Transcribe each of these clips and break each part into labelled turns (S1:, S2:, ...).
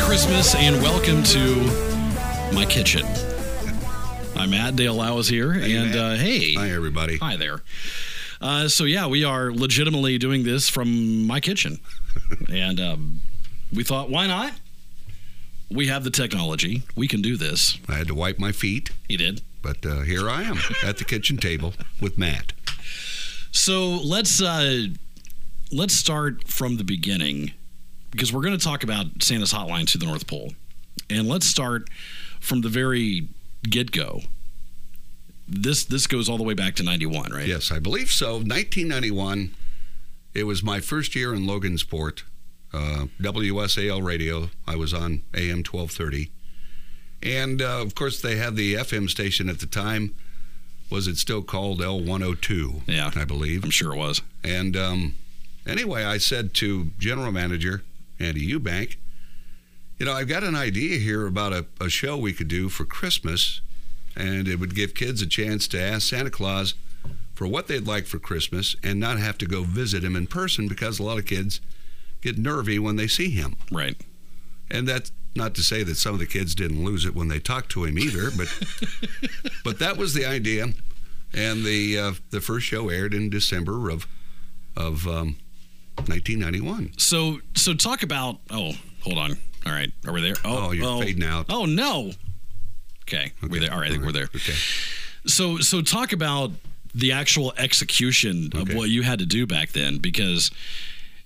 S1: Christmas and welcome to my kitchen. I'm Matt Dale Lau is here, and
S2: Matt.
S1: uh, hey,
S2: Hi, everybody.
S1: hi there. Uh, so yeah, we are legitimately doing this from my kitchen, and um, we thought, why not? We have the technology; we can do this.
S2: I had to wipe my feet,
S1: You did.
S2: but uh, here I am at the kitchen table with Matt.
S1: So let's uh, let's start from the beginning because we're going to talk about Santa's hotline to the North Pole, and let's start from the very get go. This this goes all the way back to '91, right?
S2: Yes, I believe so. 1991. It was my first year in Logansport, uh, WSAL radio. I was on AM 1230, and uh, of course they had the FM station at the time. Was it still called L102?
S1: Yeah.
S2: I believe.
S1: I'm sure it was.
S2: And um, anyway, I said to general manager Andy Eubank, you know, I've got an idea here about a, a show we could do for Christmas, and it would give kids a chance to ask Santa Claus for what they'd like for Christmas and not have to go visit him in person because a lot of kids get nervy when they see him.
S1: Right.
S2: And that's not to say that some of the kids didn't lose it when they talked to him either, but but that was the idea. And the uh, the first show aired in December of of um, 1991.
S1: So so talk about. Oh, hold on. All right, are we there?
S2: Oh, you're fading out.
S1: Oh no. Okay, we're there. All right, I think we're there.
S2: Okay.
S1: So so talk about the actual execution
S2: Okay.
S1: of what you had to do back then because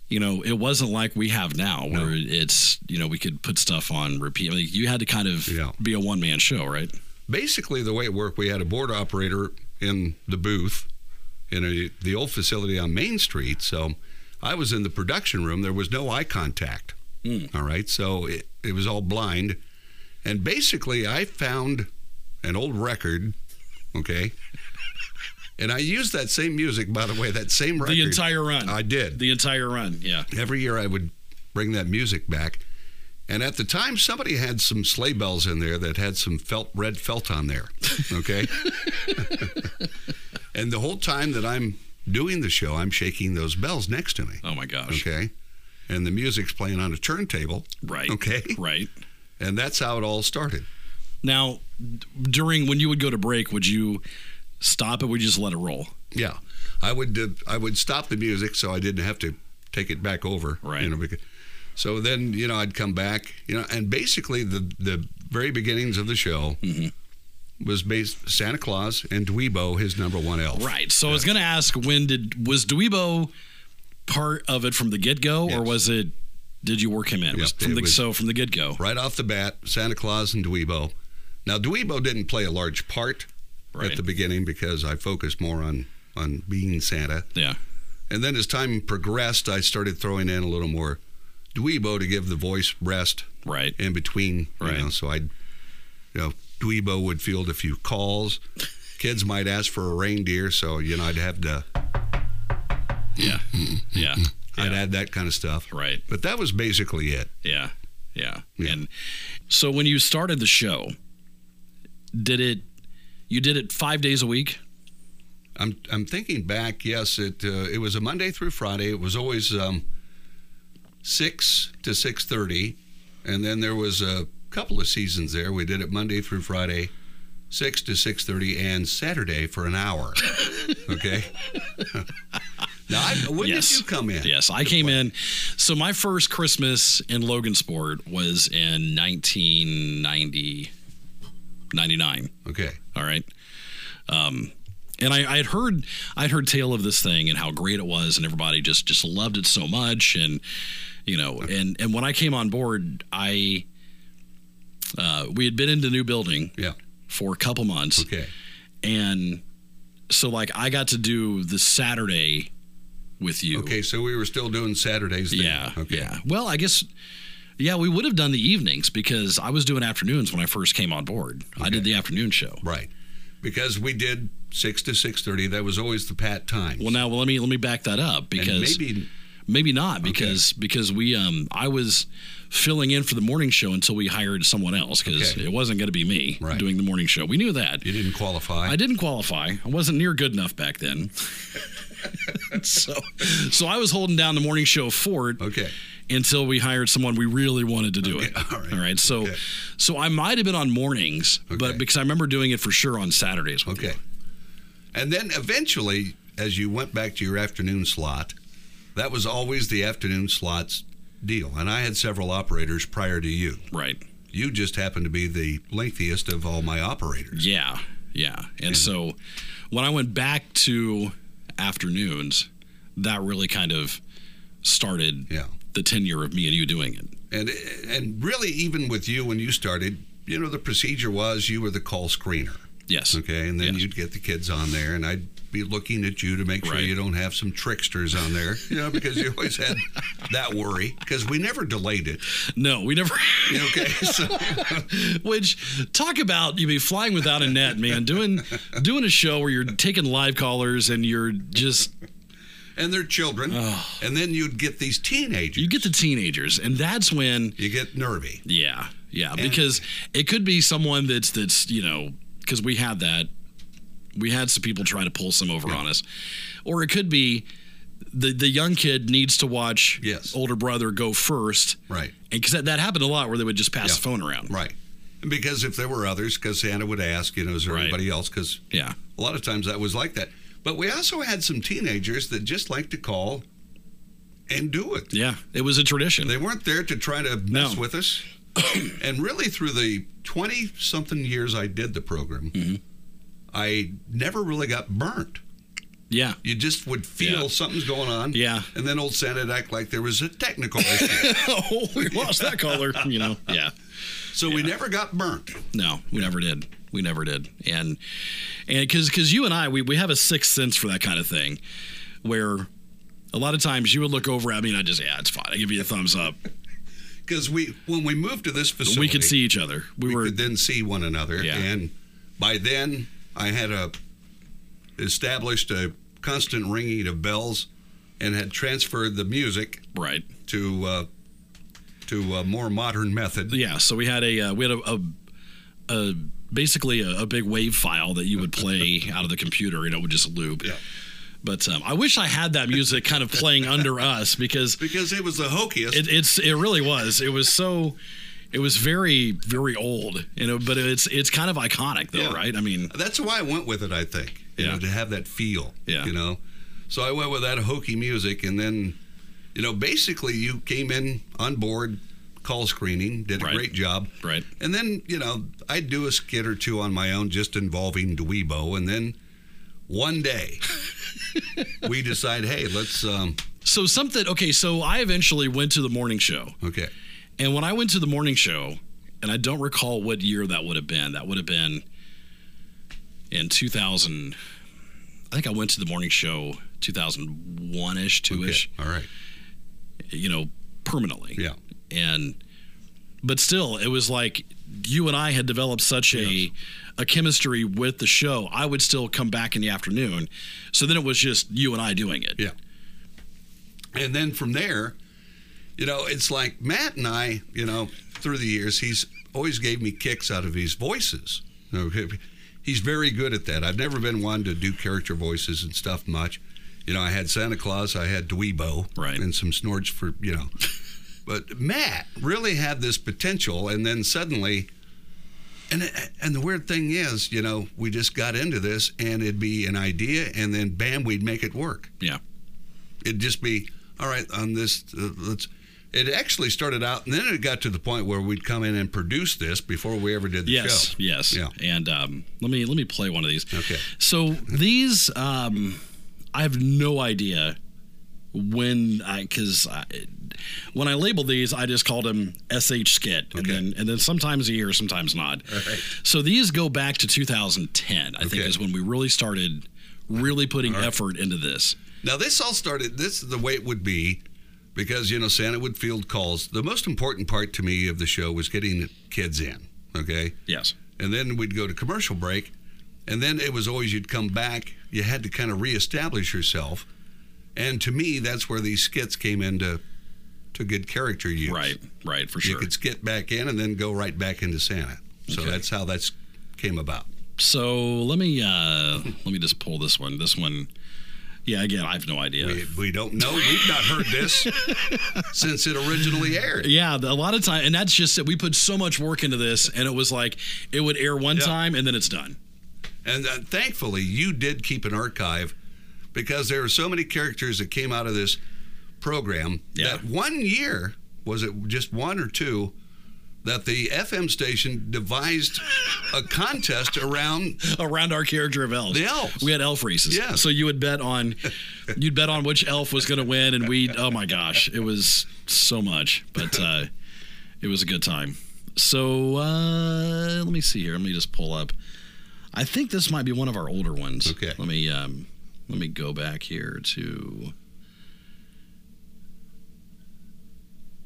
S1: you know it wasn't like we have now where it's you know we could put stuff on repeat like you had to kind of
S2: Yeah.
S1: be a one man show right
S2: Basically, the way it worked, we had a board operator in the booth in a, the old facility on Main Street. So I was in the production room. There was no eye contact.
S1: Mm.
S2: All right. So it, it was all blind. And basically, I found an old record. Okay. And I used that same music, by the way, that same record.
S1: the entire run
S2: I did.
S1: the entire run yeah
S2: every year I would bring that music back. And at the time, somebody had some sleigh bells in there that had some felt red felt on there. Okay. and the whole time that I'm doing the show, I'm shaking those bells next to me.
S1: oh my gosh
S2: Okay. And the music's playing on a turntable.
S1: right
S2: Okay.
S1: right
S2: And that's how it all started.
S1: now d- during when you would go to break would you stop it would you just let it roll
S2: Yeah, I would uh, I would stop the music so I didn't have to take it back over.
S1: Right.
S2: You know, because, so then you know I'd come back. You know, and basically the the very beginnings of the show
S1: Mm-hmm.
S2: was based Santa Claus and Dweebo, his number one elf.
S1: right so i was going to ask when did was Dweebo part of it from the get-go or
S2: Yes.
S1: was it did you work him in
S2: Yeah,
S1: was from
S2: it
S1: the,
S2: was-
S1: so from the get-go
S2: Right off the bat, Santa Claus and Dweebo. Now Dweebo didn't play a large part
S1: Right.
S2: at the beginning because I focused more on on being Santa.
S1: Yeah.
S2: And then as time progressed, I started throwing in a little more Dweebo to give the voice rest.
S1: Right.
S2: in between. You
S1: Right.
S2: know, so I'd, you know, Dweebo would field a few calls. Kids might ask for a reindeer, so you know I'd have to,
S1: Yeah. Yeah.
S2: I'd add that kind of stuff.
S1: Right.
S2: But that was basically it.
S1: Yeah. Yeah.
S2: Yeah.
S1: And so when you started the show, did it? You did it five days a week.
S2: I'm I'm thinking back. Yes, it uh, it was a Monday through Friday. It was always um, six to six thirty, and then there was a couple of seasons there. We did it Monday through Friday, six to six thirty, and Saturday for an hour. Okay. now, I, when
S1: Yes.
S2: did you come in?
S1: Yes, I came in. So my first Christmas in Logansport was in 1990, 99.
S2: Okay.
S1: All right. Um, and I, I had heard I'd heard tale of this thing and how great it was, and everybody just just loved it so much, and you know, and and when I came on board, I uh, we had been in the new building
S2: Yeah.
S1: for a couple months,
S2: Okay.
S1: and so like I got to do the Saturday with you.
S2: Okay. So we were still doing Saturdays. Then.
S1: Yeah.
S2: Okay.
S1: Yeah. Well, I guess. Yeah, we would have done the evenings because I was doing afternoons when I first came on board. I did the afternoon show.
S2: Right. Because we did six to six thirty. That was always the pat time.
S1: Well, now well, let me let me back that up
S2: and
S1: because
S2: maybe
S1: Maybe not because because we um I was filling in for the morning show until we hired someone else because
S2: Okay.
S1: it wasn't going to be me
S2: Right.
S1: doing the morning show. We knew that.
S2: you didn't qualify.
S1: I didn't qualify. I wasn't near good enough back then. so, so I was holding down the morning show fort
S2: Okay.
S1: until we hired someone we really wanted to do
S2: Okay,
S1: it.
S2: all right.
S1: So,
S2: Okay.
S1: so I might have been on mornings,
S2: Okay.
S1: but because I remember doing it for sure on Saturdays. with
S2: Okay.
S1: you.
S2: And then eventually, as you went back to your afternoon slot, that was always the afternoon slot's deal. And I had several operators prior to you.
S1: Right.
S2: You just happened to be the lengthiest of all my operators.
S1: Yeah. Yeah. And so when I went back to afternoons, that really kind of started
S2: Yeah.
S1: the tenure of me and you doing it.
S2: And and really even with you when you started, you know the procedure was you were the call screener,
S1: Yes.
S2: okay? And then
S1: Yes.
S2: you'd get the kids on there and I'd be looking at you to make sure
S1: Right.
S2: you don't have some tricksters on there, you know, because you always had that worry because we never delayed it.
S1: No, we never.
S2: Okay? So
S1: Which talk about you be flying without a net, man. Doing doing a show where you're taking live callers and you're just
S2: and their children. And then you'd get these teenagers.
S1: Oh. you get the teenagers, and that's when
S2: You get nervy.
S1: yeah, yeah, because it could be someone that's that's you know because we had that we had some people try to pull some over on us, or it could be the the young kid needs to watch
S2: Yes.
S1: older brother go first,
S2: Oh. Right.
S1: and because that, that happened a lot where they would just pass the phone around,
S2: Right. And because if there were others, because Santa would ask, you know, is there
S1: Right.
S2: anybody else? Because
S1: yeah,
S2: a lot of times that was like that. But we also had some teenagers that just liked to call and do it.
S1: yeah, it was a tradition.
S2: They weren't there to try to mess with us. and really, through the 20 something years I did the program,
S1: Mm-hmm.
S2: I never really got burnt.
S1: yeah,
S2: You just would feel
S1: Yeah.
S2: something's going on.
S1: Yeah.
S2: And then old Santa'd act like there was a technical issue.
S1: oh, we lost that caller. You know, yeah.
S2: So we never got burnt.
S1: No, we never did. We never did. And and because because you and I we we have a sixth sense for that kind of thing, where a lot of times you would look over at me and I just yeah it's fine I give you a thumbs up
S2: because we when we moved to this facility,
S1: we could see each other we,
S2: we
S1: were
S2: could then see one another,
S1: Yeah.
S2: and by then I had a established a constant ringing of bells, and had transferred the music
S1: right
S2: to uh, to a more modern method.
S1: yeah so we had a uh, we had a, a, a basically a, a big wave file that you would play out of the computer and it would just loop
S2: Yeah.
S1: but um, I wish I had that music kind of playing under us because
S2: Because it was the hokiest.
S1: It, it's it really was. It was so. It was very very old, you know. But it's it's kind of iconic though,
S2: Yeah.
S1: right? I mean,
S2: That's why I went with it. I think you
S1: Yeah.
S2: know to have that feel.
S1: Yeah.
S2: You know, so I went with that hokey music, and then, you know, basically you came in on board, call screening, did a
S1: Right.
S2: great job,
S1: Right.
S2: And then you know I'd do a skit or two on my own, just involving Dweebo, and then one day we decide, hey, let's um,
S1: so something. Okay, so I eventually went to the morning show,
S2: okay,
S1: and when I went to the morning show, and I don't recall what year that would have been. That would have been in 2000. I think I went to the morning show 2001 ish, two
S2: okay,
S1: ish,
S2: all right,
S1: you know, permanently.
S2: yeah,
S1: and but still it was like you and I had developed such a a chemistry with the show. I would still come back in the afternoon. So then it was just you and I doing it.
S2: yeah. And then from there, you know, it's like Matt and I, you know, through the years, he's always gave me kicks out of his voices. Okay. He's very good at that. I've never been one to do character voices and stuff much. You know, I had Santa Claus, I had Dweebo,
S1: Right.
S2: and some snorts for, you know. But Matt really had this potential, and then suddenly, and and the weird thing is, you know, we just got into this, and it'd be an idea, and then bam, we'd make it work
S1: Yeah.
S2: it'd just be all right on this uh, let's it actually started out and then it got to the point where we'd come in and produce this before we ever did the
S1: Yes.
S2: show
S1: Yes.
S2: Yeah.
S1: And um, let me let me play one of these.
S2: Okay.
S1: So these um, I have no idea when I because I, when I labeled these I just called them SH skit and
S2: Okay.
S1: then and then sometimes a year sometimes not.
S2: right.
S1: So these go back to 2010 I think
S2: Okay.
S1: is when we really started really putting effort into this.
S2: now this all started this is the way it would be because you know santa would field calls the most important part to me of the show was getting the kids in okay
S1: Yes.
S2: and then we'd go to commercial break and then it was always you'd come back you had to kind of reestablish yourself and to me that's where these skits came into to good character use
S1: Right. Right. For
S2: you
S1: sure.
S2: could skip back in and then go right back into Santa. So
S1: Okay.
S2: that's how that's came about.
S1: So let me uh, let me just pull this one. This one Yeah, again, I have no idea.
S2: We, we don't know. We've not heard this since it originally aired.
S1: Yeah, the- a lot of time, and that's just that we put so much work into this, and it was like it would air one
S2: Yeah.
S1: time and then it's done.
S2: And uh, thankfully, you did keep an archive because there are so many characters that came out of this program
S1: Yeah.
S2: that one year, was it just one or two, that the FM station devised a contest around
S1: Around our character of elves,
S2: The elves.
S1: we had elf races.
S2: Yeah.
S1: so you would bet on, you'd bet on which elf was going to win, and we, oh my gosh, it was so much, but uh, it was a good time. So uh, let me see here. Let me just pull up. I think this might be one of our older ones.
S2: Okay.
S1: Let me um, let me go back here to.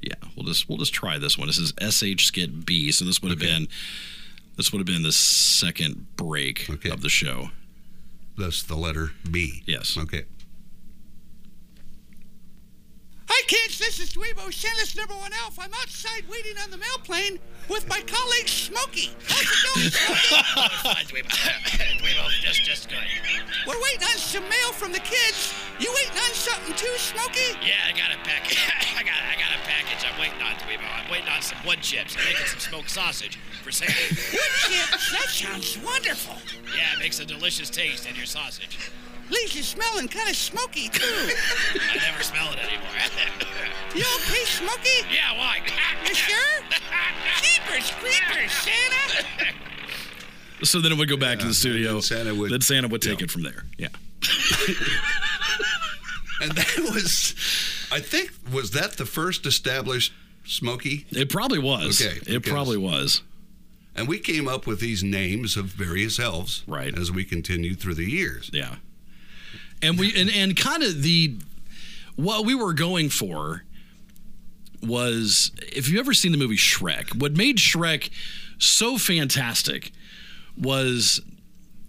S1: Yeah, we'll just we'll just try this one. This is SH Skit B, so this would have
S2: Okay.
S1: been this would have been the second break
S2: Okay.
S1: of the show.
S2: that's the letter B.
S1: Yes.
S2: Okay.
S3: Hi, kids. This is Dweebo Shannis, number one elf. I'm outside waiting on the mail plane with my colleague Smokey. How's it going, Smokey?
S4: Fine, Dweebo. Dweebo, just, just good.
S3: We're waiting on some mail from the kids. You waiting on something too, Smokey?
S4: Yeah, I got a package. I got, I got a package. I'm waiting on Dweebo. I'm waiting on some wood chips. I'm making some smoked sausage for sale.
S3: Wood chips. That sounds wonderful.
S4: yeah, it makes a delicious taste in your sausage.
S3: Leaves you smelling kind of smoky too.
S4: I never smell it anymore.
S3: You okay, Smokey?
S4: yeah, why?
S3: You sure? Jeepers creepers, Santa.
S1: So then it would go back to the studio.
S2: then Santa would-
S1: then Santa would take
S2: yeah.
S1: it from there. Yeah.
S2: And that was, I think, was that the first established Smokey?
S1: It probably was.
S2: Okay,
S1: It
S2: because-
S1: probably was.
S2: And we came up with these names of various elves
S1: Right.
S2: as we continued through the years.
S1: Yeah. And we and, and kind of the what we were going for was if you ever seen the movie Shrek, what made Shrek so fantastic was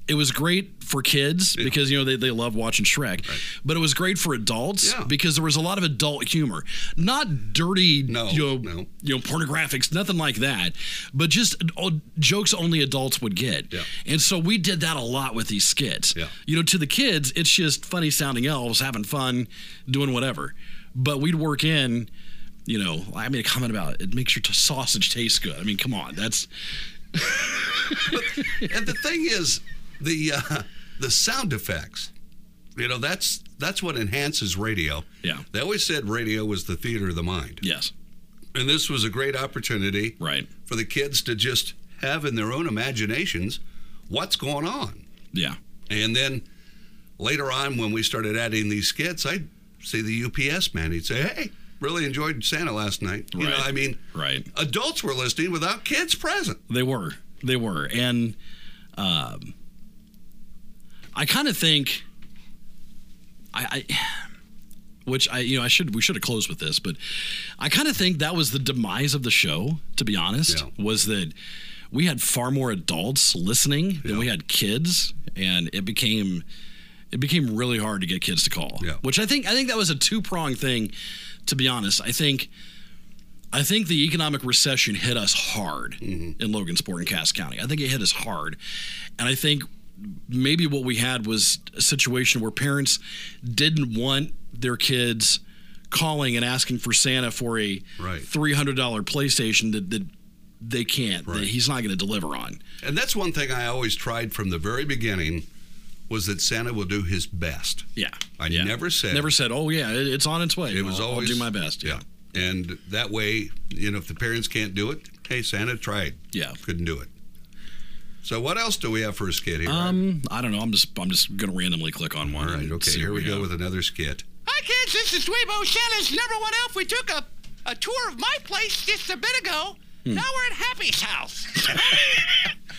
S1: it was great for kids because you know they, they love watching Shrek, but it was great for adults
S2: Yeah.
S1: because there was a lot of adult humor, not dirty,
S2: No,
S1: you know,
S2: no.
S1: you know, pornographics, nothing like that, but just uh, jokes only adults would get.
S2: Yeah.
S1: And so we did that a lot with these skits.
S2: Yeah.
S1: You know, to the kids, it's just funny sounding elves having fun, doing whatever. But we'd work in, you know, I made a comment about it makes your t- sausage taste good. I mean, come on, that's
S2: and the thing is, the uh, the sound effects, you know, that's that's what enhances radio.
S1: Yeah.
S2: They always said radio was the theater of the mind,
S1: yes,
S2: and this was a great opportunity
S1: right,
S2: for the kids to just have in their own imaginations what's going on.
S1: yeah,
S2: And then later on, when we started adding these skits, I'd see the UPS man. He'd say, "Hey, really enjoyed Santa last night." You know,
S1: Right.
S2: I mean,
S1: right.
S2: adults were listening without kids present.
S1: They were. They were. And um, I kind of think I, I which I you know I should we should have closed with this, but I kind of think that was the demise of the show, to be honest,
S2: Yeah.
S1: was that we had far more adults listening than we had kids and it became it became really hard to get kids to call.
S2: Yeah.
S1: Which I think I think that was a two-pronged thing to be honest. I think I think the economic recession hit us hard in Logansport and Cass County. I think it hit us hard. And I think maybe what we had was a situation where parents didn't want their kids calling and asking for Santa for a
S2: Right.
S1: $300 PlayStation that, that they can't, that
S2: Right.
S1: he's not going to deliver on.
S2: And that's one thing I always tried from the very beginning was that Santa will do his best.
S1: Yeah.
S2: I
S1: Yeah.
S2: never said
S1: Never said, oh, yeah, it- it's on its way.
S2: it was
S1: I'll-
S2: always
S1: I'll do my best. Yeah.
S2: And that way, you know, if the parents can't do it, hey, Santa tried.
S1: Yeah.
S2: Couldn't do it. So what else do we have for a skit here?
S1: Um, I don't know. I'm just I'm just gonna randomly click on one.
S2: All right,
S1: and
S2: okay,
S1: see
S2: here
S1: what
S2: we go
S1: have.
S2: with another skit.
S3: Hi, kids. This is Dweebo Shannis, number one elf. We took a, a tour of my place just a bit ago. Now we're at Happy's house. Happy,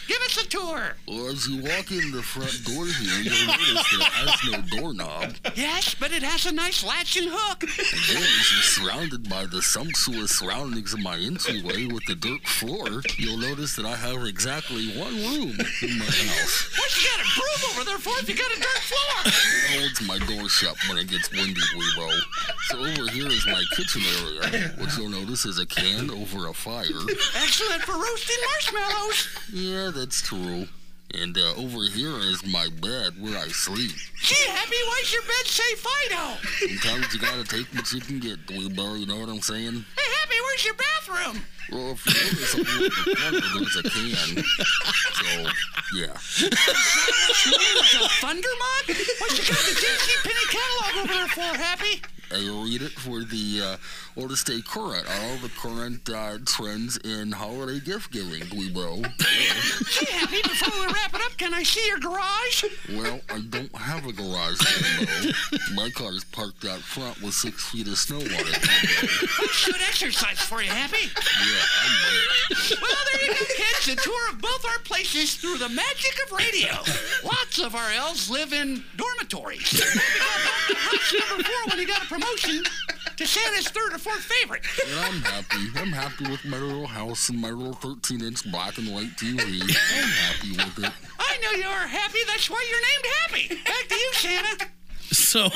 S3: give us a tour.
S5: Well, as you walk in the front door here, you'll notice there has no doorknob.
S3: Yes, but it has a nice latch and hook.
S5: Again, as you're surrounded by the sumptuous surroundings of my entryway with the dirt floor, you'll notice that I have exactly one room in my house.
S3: What's you got a broom over there for if you got a dirt floor?
S5: It holds my door shut when it gets windy, Weebo. So over here is my kitchen area, which you'll notice is a can over a fire.
S3: Excellent for roasting marshmallows.
S5: Yeah, that's true. And uh, over here is my bed where I sleep.
S3: Gee, Happy, why's your bed say Fido?
S5: Sometimes you gotta take what you can get, Dweebo, you know what I'm saying?
S3: Hey, Happy, where's your bathroom?
S5: Well, if you notice over at the corner, there's a can. So, yeah.
S3: The Thundermug? What's you got the JC Penny catalog over there for, Happy?
S5: I read it for the, uh, well, to stay current on all the current uh, trends in holiday gift giving, Dweebo.
S3: Gee, Happy, before we wrap it up, can I see your garage?
S5: Well, I don't have a garage, Dweebo. My car is parked out front with six feet of snow on it.
S3: Good exercise for you, Happy.
S5: Yeah, I'm late.
S3: Well, there you go, kids. A tour of both our places through the magic of radio. Lots of our elves live in dormitories. House number four when he got a promotion to Santa's third or fourth favorite.
S5: And I'm happy. I'm happy with my little house and my little 13 inch black and white TV. I'm happy with it.
S3: I know you are happy. That's why you're named Happy. Back to you, Santa.
S1: So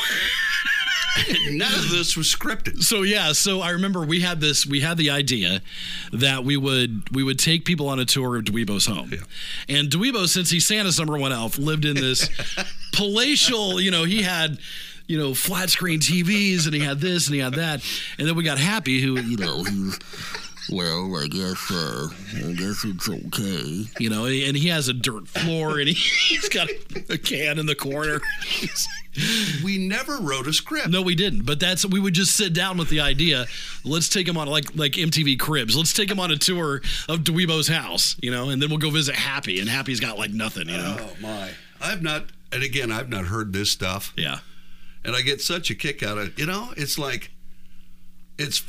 S2: None of this was scripted.
S1: so yeah, so I remember we had this we had the idea that we would we would take people on a tour of Dweebo's home. And Dweebo, since he's Santa's number one elf, lived in this palatial, you know, he had you know, flat screen TVs, and he had this, and he had that, and then we got Happy, who you know,
S5: So he's, well, I guess, uh, I guess it's okay.
S1: you know, and he has a dirt floor, and he, he's got a can in the corner.
S2: We never wrote a script.
S1: No, we didn't. But that's we would just sit down with the idea. Let's take him on like like MTV Cribs. Let's take him on a tour of Dweebo's house, you know, and then we'll go visit Happy. And Happy's got like nothing, you know.
S2: Oh my! I've not, and again, I've not heard this stuff,
S1: Yeah,
S2: and I get such a kick out of it. You know, it's like, it's.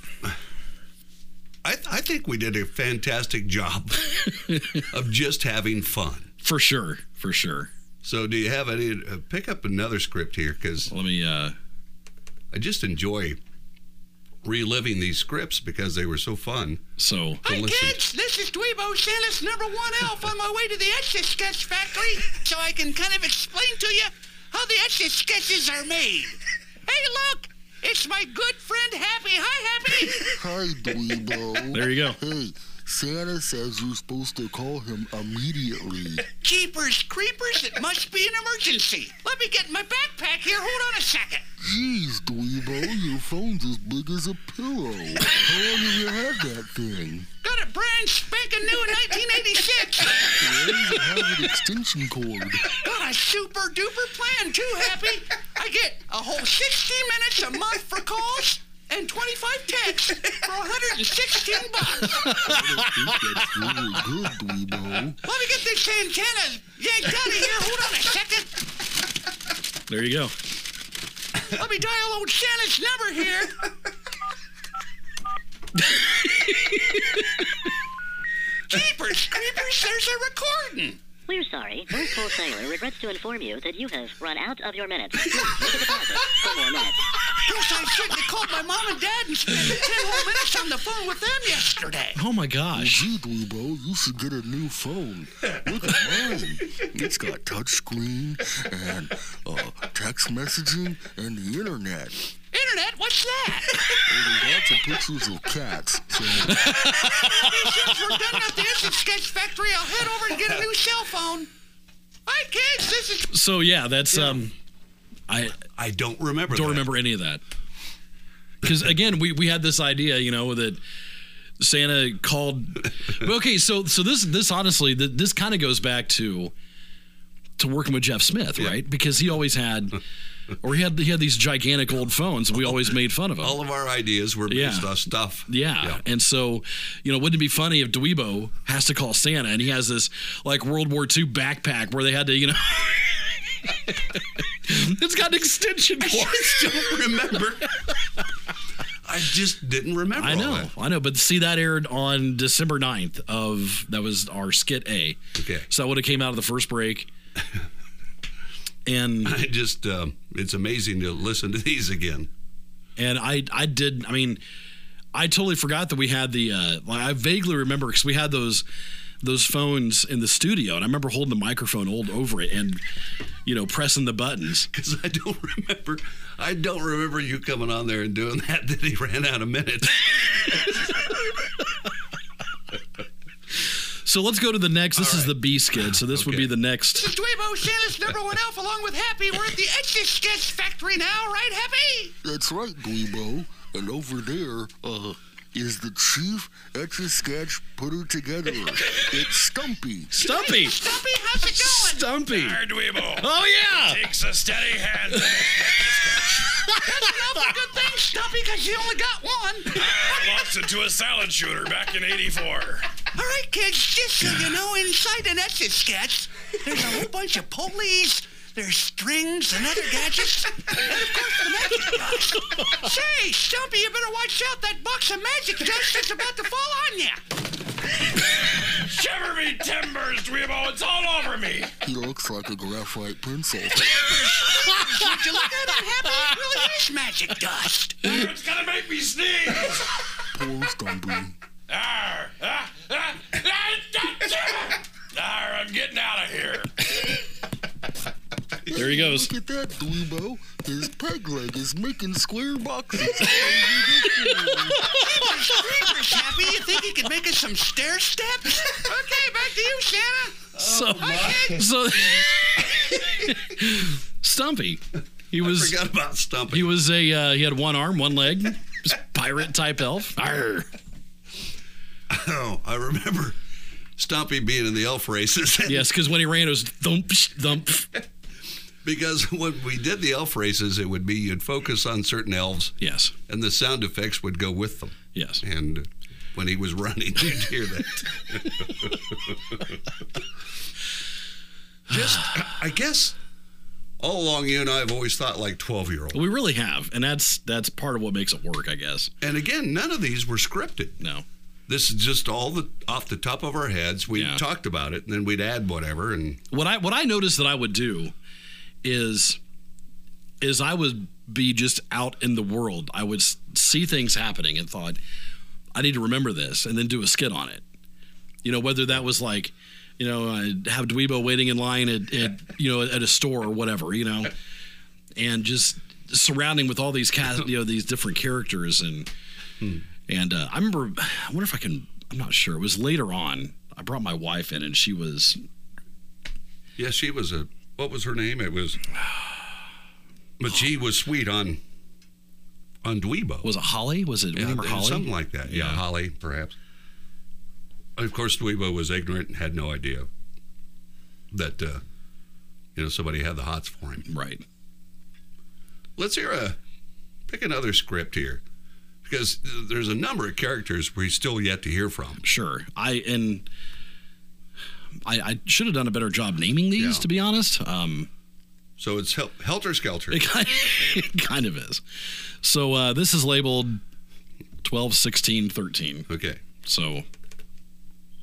S2: I, I think we did a fantastic job of just having fun.
S1: for sure, for sure.
S2: So, do you have any? Uh, pick up another script here because
S1: Let me. uh
S2: I just enjoy reliving these scripts because they were so fun.
S1: So
S2: to
S3: Hey,
S2: listen.
S3: kids, this is Dweebo Santa's number one elf on my way to the Etch Sketch Factory so I can kind of explain to you how the Etch Sketches are made. Hey, look! It's my good friend Happy. Hi, Happy!
S5: Hi, Dweebo.
S1: there you go.
S5: Hey, Santa says you're supposed to call him immediately.
S3: Jeepers, creepers, it must be an emergency. Let me get my backpack here. Hold on a second.
S5: Jeez, Dweebo, your phone's as big as a pillow. How long have you had that thing?
S3: Got it brand spanking new in 1986.
S5: Why does it have an extension cord?
S3: Got a super duper plan too, Happy. I get a whole 60 minutes a month for calls and 25 texts for 116 bucks.
S5: I think that's really good, Dweebo.
S3: Let me get this antenna yanked out of here. Hold on a second.
S1: There you go.
S3: Let me dial old Santa's number here. Jeepers, creepers, there's a recording.
S6: We're sorry. First Call Sailor regrets to inform you that you have run out of your minutes. Please make a deposit for more minutes.
S3: Gosh, I shouldn't have called my mom and dad and spent 10 whole minutes on the phone with them yesterday.
S1: Oh my gosh.
S5: Gee, Dweebo, you should get a new phone. Look at mine. It's got touchscreen and uh, text messaging and the internet.
S3: Internet, what's that?
S5: And there's lots of pictures of cats. So
S3: Since we're done at the Instant Sketch Factory, I'll head over and get a new cell phone. Hi, kids, this is...
S1: So yeah, that's um. I
S2: I don't remember.
S1: don't
S2: that.
S1: remember any of that. Because again, we we had this idea, you know, that Santa called. Okay, so so this this honestly, th- this kind of goes back to to working with Jeff Smith, right? Because he always had, or he had he had these gigantic old phones, and we always made fun of him.
S2: All of our ideas were
S1: Yeah.
S2: based off stuff.
S1: Yeah. And so, you know, wouldn't it be funny if Dweebo has to call Santa and he has this like World War II backpack where they had to, you know, it's got an extension cord.
S2: don't remember. I just didn't remember.
S1: I
S2: all
S1: know,
S2: that.
S1: I know. But see, that aired on December 9th of that was our skit A.
S2: Okay.
S1: So that would have came out of the first break. And
S2: I just, um, it's amazing to listen to these again.
S1: and I I did I mean I totally forgot that we had the uh like, I vaguely remember because we had those those phones in the studio and I remember holding the microphone old over it and you know pressing the buttons
S2: because I don't remember. I don't remember you coming on there and doing that. That he ran out of minutes.
S1: So let's go to the next. This is the B skid. So this would
S2: Okay.
S1: be the next.
S3: This is Dwayne Shannon, number one elf, along with Happy. We're at the Exit Sketch Factory now, right, Happy?
S5: That's right, Dweebo. And over there, uh, is the chief etch a sketch putter together. It's Stumpy.
S1: Stumpy.
S3: Stumpy, how's it going?
S1: Stumpy.
S4: Dweebo
S1: Oh yeah.
S4: takes a steady hand.
S3: That's a good thing, Stumpy, because you only got one.
S4: lost it to a salad shooter back in '84.
S3: All right, kids, just so you know, inside an Exit Sketch, there's a whole bunch of pulleys, there's strings and other gadgets, and of course the magic box. Say, Stumpy, you better watch out. That box of magic dust is about to fall on you.
S4: Shiver me timbers, Dweebo! It's all over me.
S5: He looks like a graphite pencil.
S3: Would you look at it, Happy? It really is magic dust.
S4: It's gonna make me sneeze.
S5: Poor Stumpy.
S4: Arr, ah, ah, ah, ah, ah. Arr, I'm getting out of here.
S1: There he goes.
S5: Look at that, Dweebo. His peg leg is making square boxes.
S3: Creepers, Happy, you think you could make us some stair steps? Okay, back to you, Santa.
S1: So so Stumpy. He was
S2: Forgot about Stumpy.
S1: he was a uh, he had one arm, one leg. Just pirate type elf. Arr.
S2: Oh, I remember Stumpy being in the elf races.
S1: Yes, because when he ran, it was thump psh, thump.
S2: because when we did the elf races, it would be you'd focus on certain elves
S1: Yes,
S2: and the sound effects would go with them.
S1: yes.
S2: And when he was running, you'd hear that. Just, I guess, all along you and I have always thought like 12 year old.
S1: We really have, and that's that's part of what makes it work, I guess.
S2: And again, none of these were scripted.
S1: No,
S2: This is just all the off the top of our heads. We
S1: Yeah.
S2: talked about it, and then we'd add whatever. And
S1: what I what I noticed that I would do is is I would be just out in the world. I would s- see things happening and thought, I need to remember this, and then do a skit on it. You know, whether that was like, you know, I'd have Dweebo waiting in line at, at you know at a store or whatever, you know, and just surrounding with all these cast, you know, these different characters and and uh, I remember, I wonder if I can. I'm not sure. It was later on. I brought my wife in, and she was
S2: Yeah, she was a. What was her name? It was. But she was sweet on. On Dweebo.
S1: was it Holly? Was it
S2: Yeah,
S1: remember Holly?
S2: Something like that. Yeah, Holly, perhaps. Of course, Dweebo was ignorant and had no idea that, uh, you know, somebody had the hots for him.
S1: Right.
S2: Let's hear a. Pick another script here. Because there's a number of characters we're still yet to hear from.
S1: Sure. I and I, I should have done a better job naming these,
S2: Yeah.
S1: to be honest. Um,
S2: So it's Hel- Helter Skelter.
S1: it kind, it kind of is. So uh, this is labeled 12, 16, 13.
S2: Okay.
S1: So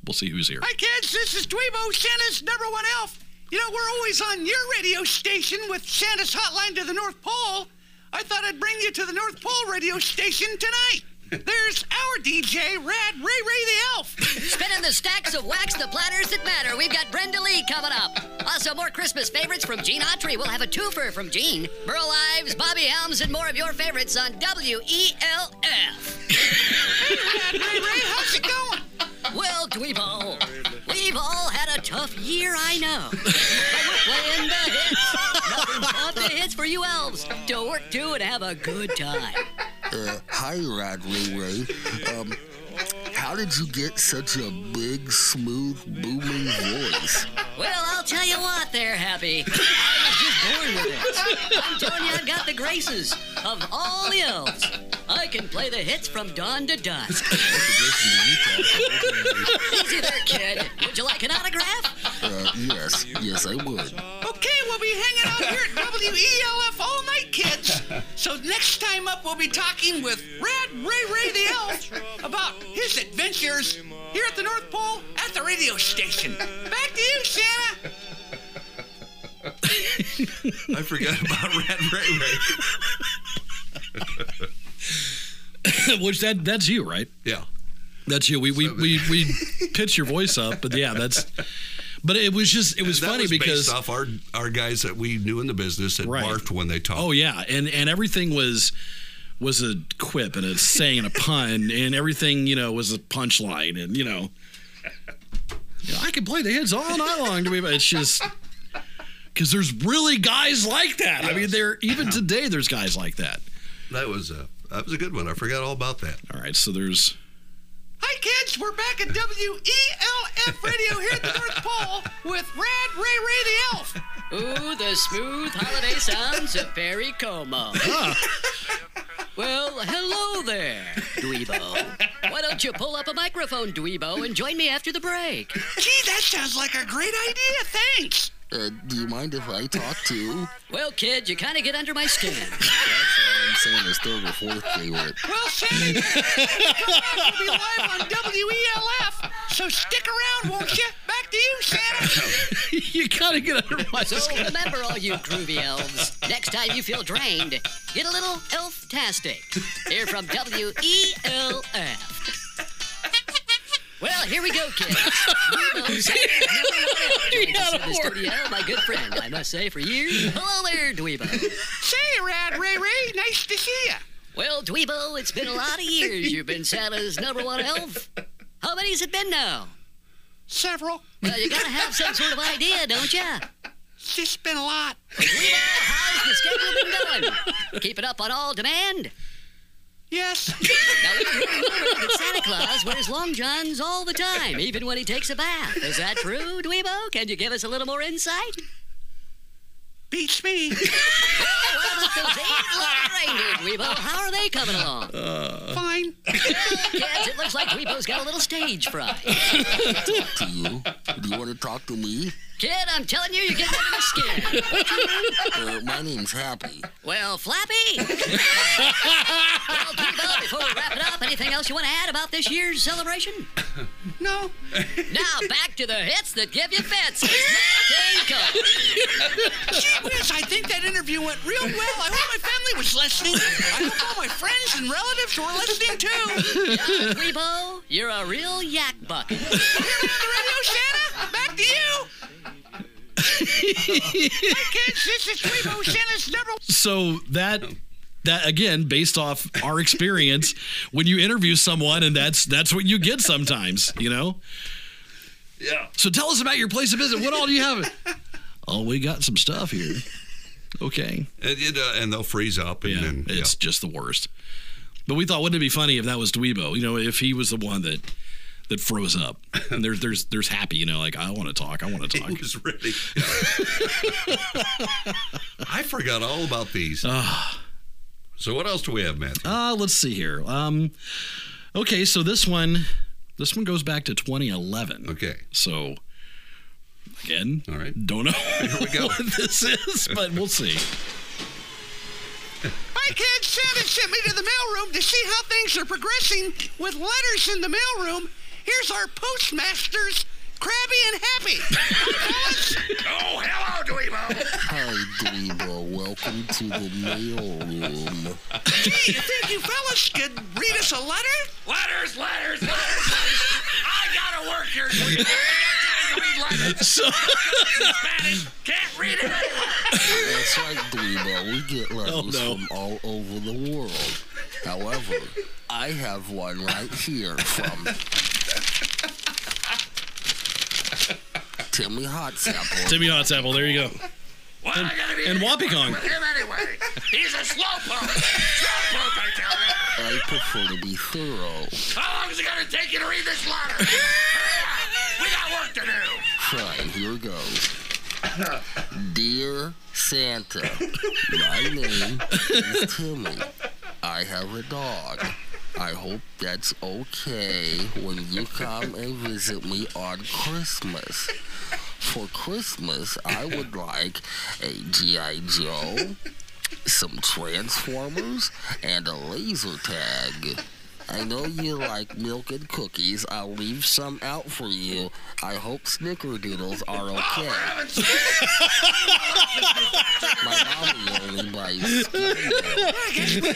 S1: we'll see who's here.
S3: Hi, kids. This is Dweebo, Santa's number one elf. You know, we're always on your radio station with Santa's Hotline to the North Pole. I thought I'd bring you to the North Pole radio station tonight. There's our DJ, Rad Ray Ray the Elf.
S7: Spinning the stacks of wax, the platters that matter. We've got Brenda Lee coming up. Also, more Christmas favorites from Gene Autry. We'll have a twofer from Gene. Burl Ives, Bobby Helms, and more of your favorites on E WELF.
S3: Rad Ray Ray, how's it going?
S7: Well, Dweebo, we've all had a tough year, I know. But we're playing the hits. Nothing but the hits for you elves to work to and have a good time.
S5: Uh, hi, Rad Ray Ray. Um, how did you get such a big, smooth, booming voice?
S7: Well, I'll tell you what, there, Happy. I was just born with it. I'm telling you, I've got the graces of all the elves. I can play the hits from dawn to dusk. Easy there, kid. Would you like an autograph?
S5: Uh, yes, yes, I would.
S3: Okay, we'll be hanging out here at WELF all night, kids. So next time up, we'll be talking with Rad Ray Ray the Elf about his adventures here at the North Pole at the radio station. Back to you, Santa.
S2: I forgot about Rat Ray Ray.
S1: Which that that's you, right?
S2: Yeah.
S1: That's you. We we we, we pitch your voice up, but yeah, that's. But it was just it was
S2: that
S1: funny
S2: was
S1: because
S2: based off our our guys that we knew in the business that
S1: Right.
S2: barfed when they talked.
S1: Oh yeah, and and everything was was a quip and a saying and a pun and everything you know was a punchline and you know You know, I can play the hits all night long to me, but it's just because there's really guys like that. I mean, there even today there's guys like that.
S2: That was a that was a good one. I forgot all about that.
S1: All right, so there's
S3: Hi, kids. We're back at WELF Radio here at the North Pole with Rad Ray Ray the Elf.
S7: Ooh, the smooth holiday sounds of Perry Como. Well, hello there, Dweebo. Why don't you pull up a microphone, Dweebo, and join me after the break?
S3: Gee, that sounds like a great idea. Thanks.
S5: Uh, do you mind if I talk too?
S7: Well, kid, you kind of get under my skin.
S5: That's what I'm saying is third or fourth favorite.
S3: Well, Sammy, we'll be live on WELF, so stick around, won't you? Back to you, Santa.
S1: you gotta get under my
S7: So
S1: skin.
S7: remember, all you groovy elves, next time you feel drained, get a little elf-tastic. Here from E W-E-L-F. Well, here we go, kids. Dweebo, Santa, and everyone else joins us in the studio, my good friend, I must say, for years. Hello there, Dweebo.
S3: Say, Rad Ray Ray, nice to see ya.
S7: Well, Dweebo, it's been a lot of years you've been Santa's number one elf. How many's it been now?
S3: Several.
S7: Well, you gotta have some sort of idea, don't ya?
S3: It's just been a lot.
S7: Dweebo, how's the schedule been going? Keep it up on all demand.
S3: Yes.
S7: Now, we've heard rumor that Santa Claus wears long johns all the time, even when he takes a bath. Is that true, Dweebo? Can you give us a little more insight?
S3: Beats me.
S7: What about those eight little reindeer, Dweebo? How are they coming along?
S3: Fine.
S7: Kids, it looks like Dweebo's got a little stage fright.
S5: To you? Do you want to talk to me?
S7: Kid, I'm telling you, you're getting under my skin.
S5: Uh, my name's Happy.
S7: Well, Flappy. well, Dweebo, before we wrap it up, anything else you want to add about this year's celebration?
S3: No.
S7: Now back to the hits that give you fits. It's Nat King Cole.
S3: Yes, I think that interview went real well. I hope my family was listening. I hope all my friends and relatives were listening too.
S7: Dweebo, you're a real yak bucket.
S3: The radio, Santa. Back to you. Hi, kids. This is Tweebo Santa's number
S1: So that that again, based off our experience, when you interview someone, and that's that's what you get sometimes, you know. Yeah. So tell us about your place of business. What all do you have? oh, we got some stuff here. Okay.
S2: And, it, uh, and they'll freeze up and
S1: Yeah,
S2: then yeah.
S1: it's just the worst. But we thought, wouldn't it be funny if that was Dweebo? You know, if he was the one that that froze up. And there's there's there's happy. You know, like I want to talk. I want to talk.
S2: It was really. I forgot all about these.
S1: Ah.
S2: so what else do we have, Matthew?
S1: Uh, let's see here. Um, okay, so this one, this one goes back to 2011.
S2: okay.
S1: So again,
S2: All right.
S1: don't know
S2: we go.
S1: what this is, but we'll see.
S3: My kid Santa sent me to the mailroom to see how things are progressing with letters in the mailroom. Here's our postmasters, Krabby and Happy.
S4: Oh, hello, Dweebo.
S5: Hi, Dweebo. Welcome to the mail room.
S3: Gee, you think you fellas could read us a letter?
S4: letters, letters, letters, letters. I gotta work here, Dweebo. I got time to read letters.
S1: So
S4: in Spanish. Can't read it anyway.
S5: That's right, Dweebo. We get letters
S1: no.
S5: from all over the world. However, I have one right here from Timmy Hot Sapple.
S1: Timmy Hot Apple, there you go.
S4: Well, I gotta be
S1: And
S4: there
S1: Wapikong.
S4: with him anyway. He's a slowpoke. Slowpoke, I tell you.
S5: I prefer to be thorough.
S4: How long is it gonna take you to read this letter? Hurry up. we got work to do.
S5: Fine, here goes. Dear Santa, my name is Timmy. I have a dog. I hope that's okay when you come and visit me on Christmas. For Christmas, I would like a G.I. Joe, some Transformers, and a laser tag. I know you like milk and cookies. I'll leave some out for you. I hope snickerdoodles are okay. My mommy only buys skim
S3: I guess we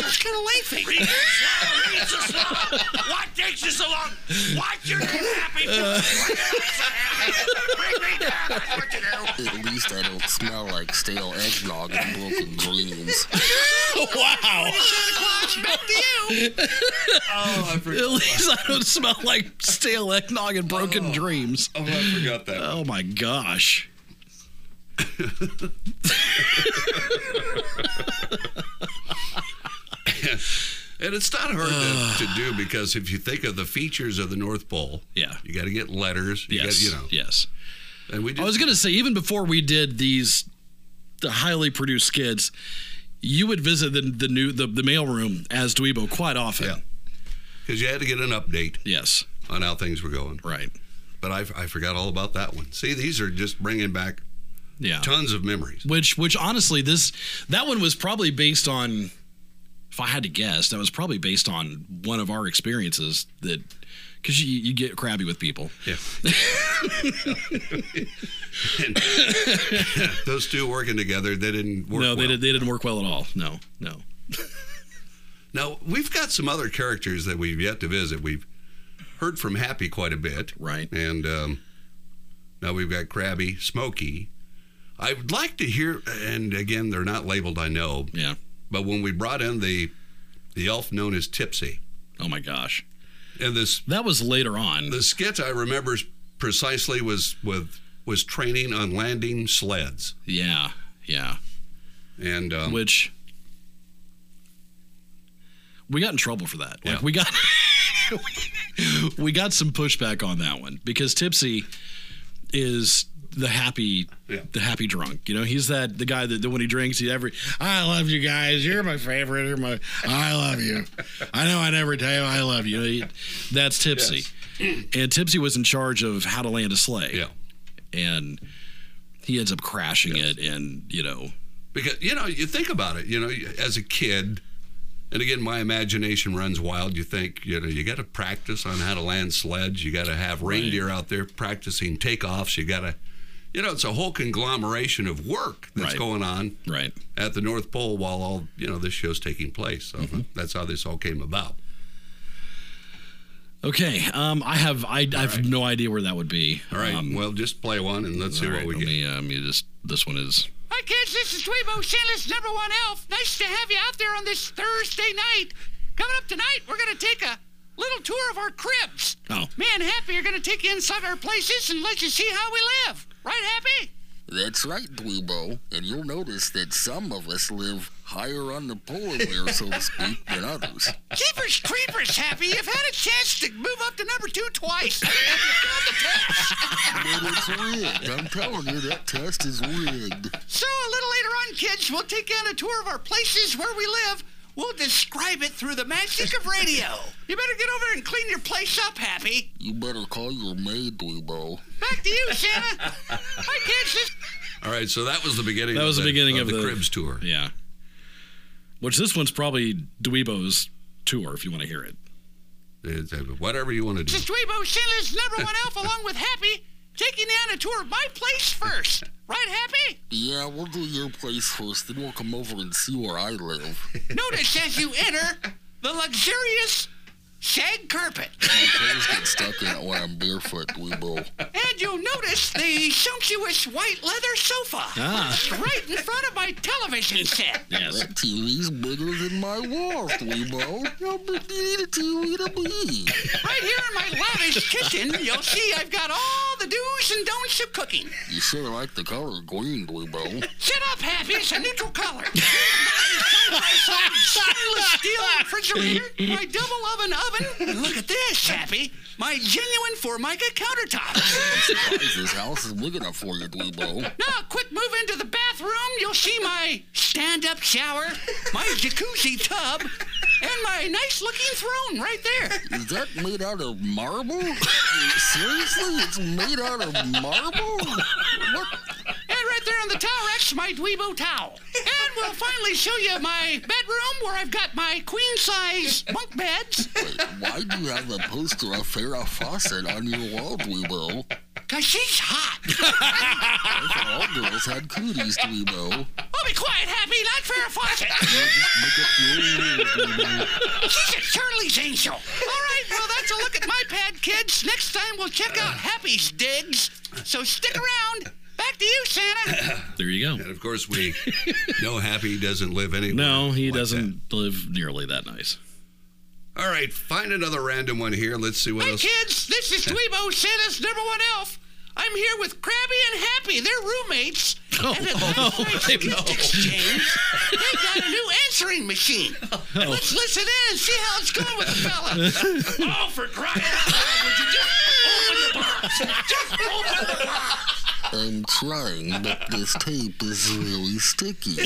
S3: It's kind of late thing.
S4: Read it slow. Read it so slow. What takes you so long? What's your name happy? for? Why am I so happy?
S3: Bring me back. I want to know.
S5: At least I don't smell like stale eggnog and broken dreams.
S1: wow.
S3: Santa Claus, back to you.
S8: Oh, I
S1: At
S8: forgot.
S1: least I don't smell like stale eggnog and broken dreams.
S2: Oh, I forgot that.
S1: Oh my gosh.
S2: And it's not hard
S1: Ah.
S2: to, to do because if you think of the features of the North Pole,
S1: Yeah.
S2: you got to get letters. You
S1: Yes.
S2: Got, you know,
S1: Yes.
S2: and we just,
S1: I was gonna say even before we did these the highly produced skits, you would visit the the new the, the mailroom as Dweebo quite often.
S2: Yeah. because you had to get an update
S1: Yes.
S2: on how things were going.
S1: Right.
S2: But I, I forgot all about that one. See, these are just bringing back
S1: Yeah.
S2: tons of memories.
S1: which which honestly this that one was probably based on if I had to guess, that was probably based on one of our experiences that because you, you get crabby with people.
S2: Yeah. And those two working together, they didn't work.
S1: no, they
S2: well.
S1: did they didn't work well at all. No, no.
S2: Now we've got some other characters that we've yet to visit. We've heard from Happy quite a bit,
S1: Right.
S2: and um, now we've got Krabby, Smokey. I would like to hear, and again, they're not labeled, I know,
S1: Yeah.
S2: but when we brought in the the elf known as Tipsy,
S1: Oh my gosh.
S2: and this
S1: That was later on.
S2: the skit I remember precisely was with was training on landing sleds,
S1: Yeah. Yeah.
S2: and um,
S1: Which we got in trouble for that. Like
S2: Yeah.
S1: we got we got some pushback on that one because Tipsy is the happy
S2: Yeah.
S1: the happy drunk. You know, he's that the guy that, that when he drinks he every I love you guys. You're my favorite. You're my I love you. I know I never tell you I love you. He- That's Tipsy. And Tipsy was in charge of how to land a sleigh.
S2: yeah,
S1: And he ends up crashing it and, you know,
S2: because you know you think about it you know as a kid and again my imagination runs wild you think you know you got to practice on how to land sleds you got to have reindeer out there practicing takeoffs you got to you know it's a whole conglomeration of work that's
S1: Right.
S2: going on
S1: right.
S2: at the north pole while all you know this show's taking place so
S1: Mm-hmm.
S2: that's how this all came about
S1: Okay. Um, I have I, I have no idea where that would be.
S2: all right
S1: Um,
S2: well just play one and let's see
S1: all
S2: what
S1: right,
S2: we
S1: let
S2: get
S1: me, um, you just this one is.
S3: Hi, kids. This is Dweebo Santa's number one elf. Nice to have you out there on this Thursday night. Coming up tonight, we're going to take a little tour of our cribs.
S1: Oh.
S3: Me and Happy are going to take you inside our places and let you see how we live. Right, Happy?
S5: That's right, Dweebo. And you'll notice that some of us live higher on the polar bear, so to speak, than others.
S3: Jeepers creepers, Happy. You've had a chance to move up to number two twice. And you failed the test.
S5: But it's rigged. I'm telling you, that test is rigged.
S3: So a little later on, kids, we'll take you on a tour of our places where we live. We'll describe it through the magic of radio. You better get over and clean your place up, Happy.
S5: You better call your maid, Dweebo.
S3: Back to you, Santa. Hi, kids. This-
S2: all right so that was the beginning
S1: That
S2: of
S1: was the beginning of
S2: the,
S1: the-
S2: cribs tour
S1: Yeah. Which this one's probably Dweebo's tour if you want to hear it.
S2: It's, uh, whatever you want to do
S3: This is Dweebo Santa's number one elf, along with Happy, taking you on a tour of my place first. Right, Happy?
S5: Yeah, we'll do your place first, then we'll come over and see where I live.
S3: Notice as you enter the luxurious shag carpet.
S5: My toes get stuck in it when I'm barefoot, Dweebo.
S3: And you'll notice the sumptuous white leather sofa.
S5: Ah.
S3: It's Right in front of my television set.
S1: Yes.
S5: That TV's bigger than my wall, Dweebo. How big do you need a TV to be?
S3: Right here in my lavish kitchen, you'll see I've got all the do's and don'ts of cooking.
S5: You sure like the color green, Dweebo.
S3: Shut up, Happy. It's a neutral color. Side-by-side stainless steel refrigerator, my double oven oven. And look at this, Happy. My genuine Formica countertops.
S5: This house is big enough for you, Dweebo.
S3: Now, a quick move into the bathroom. You'll see my stand-up shower, my jacuzzi tub, and my nice-looking throne right there.
S5: Is that made out of marble? Seriously? It's made out of marble? What?
S3: And right there on the towel rack's my Dweebo towel. And we'll finally show you my bedroom where I've got my queen-size bunk beds.
S5: Wait, why do you have a poster of Farrah Fawcett on your wall, Dweebo?
S3: Cause she's hot.
S5: I thought all girls had cooties, Dweebo.
S3: Oh, be quiet, Happy, not Farrah Fawcett.
S5: Make up your own rules, Dweebo.
S3: She's a Charlie's angel. All right, well, that's a look at my pad, kids. Next time we'll check out Happy's digs. So stick around. Back to you, Santa.
S1: There you go.
S2: And of course, we know Happy doesn't live anywhere.
S1: No, he
S2: like
S1: doesn't live nearly that nice.
S2: that. All right, find another random one here. Let's see what
S3: Hi,
S2: else.
S3: kids. This is Dweebo, Santa's number one elf. I'm here with Krabby and Happy. They're roommates. and at last night's gift exchange, they got a new answering machine. Let's listen in and see how it's going with the fella.
S4: Oh, for crying out loud, would you just open the box? Just open the box.
S5: I'm trying, but this tape is really sticky.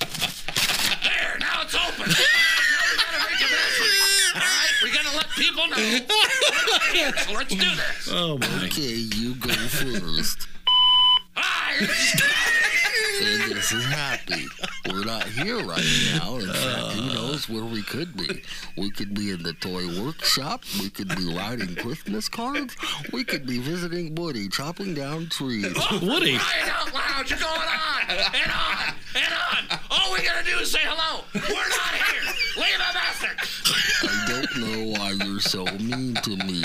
S4: There, now it's open. Now we gotta make it happen. All right, we gotta let people know. So let's do this.
S1: Oh my.
S5: Okay, you go first.
S4: Hi, this is
S5: And this is happy. We're not here right now. In fact, who knows where we could be? We could be in the toy workshop. We could be writing Christmas cards. We could be visiting Woody, chopping down trees.
S1: Woody.
S4: crying out loud. You're going on and on and on. All we gotta do is say hello. We're not here. Leave a message.
S5: I don't know why you're so mean to me.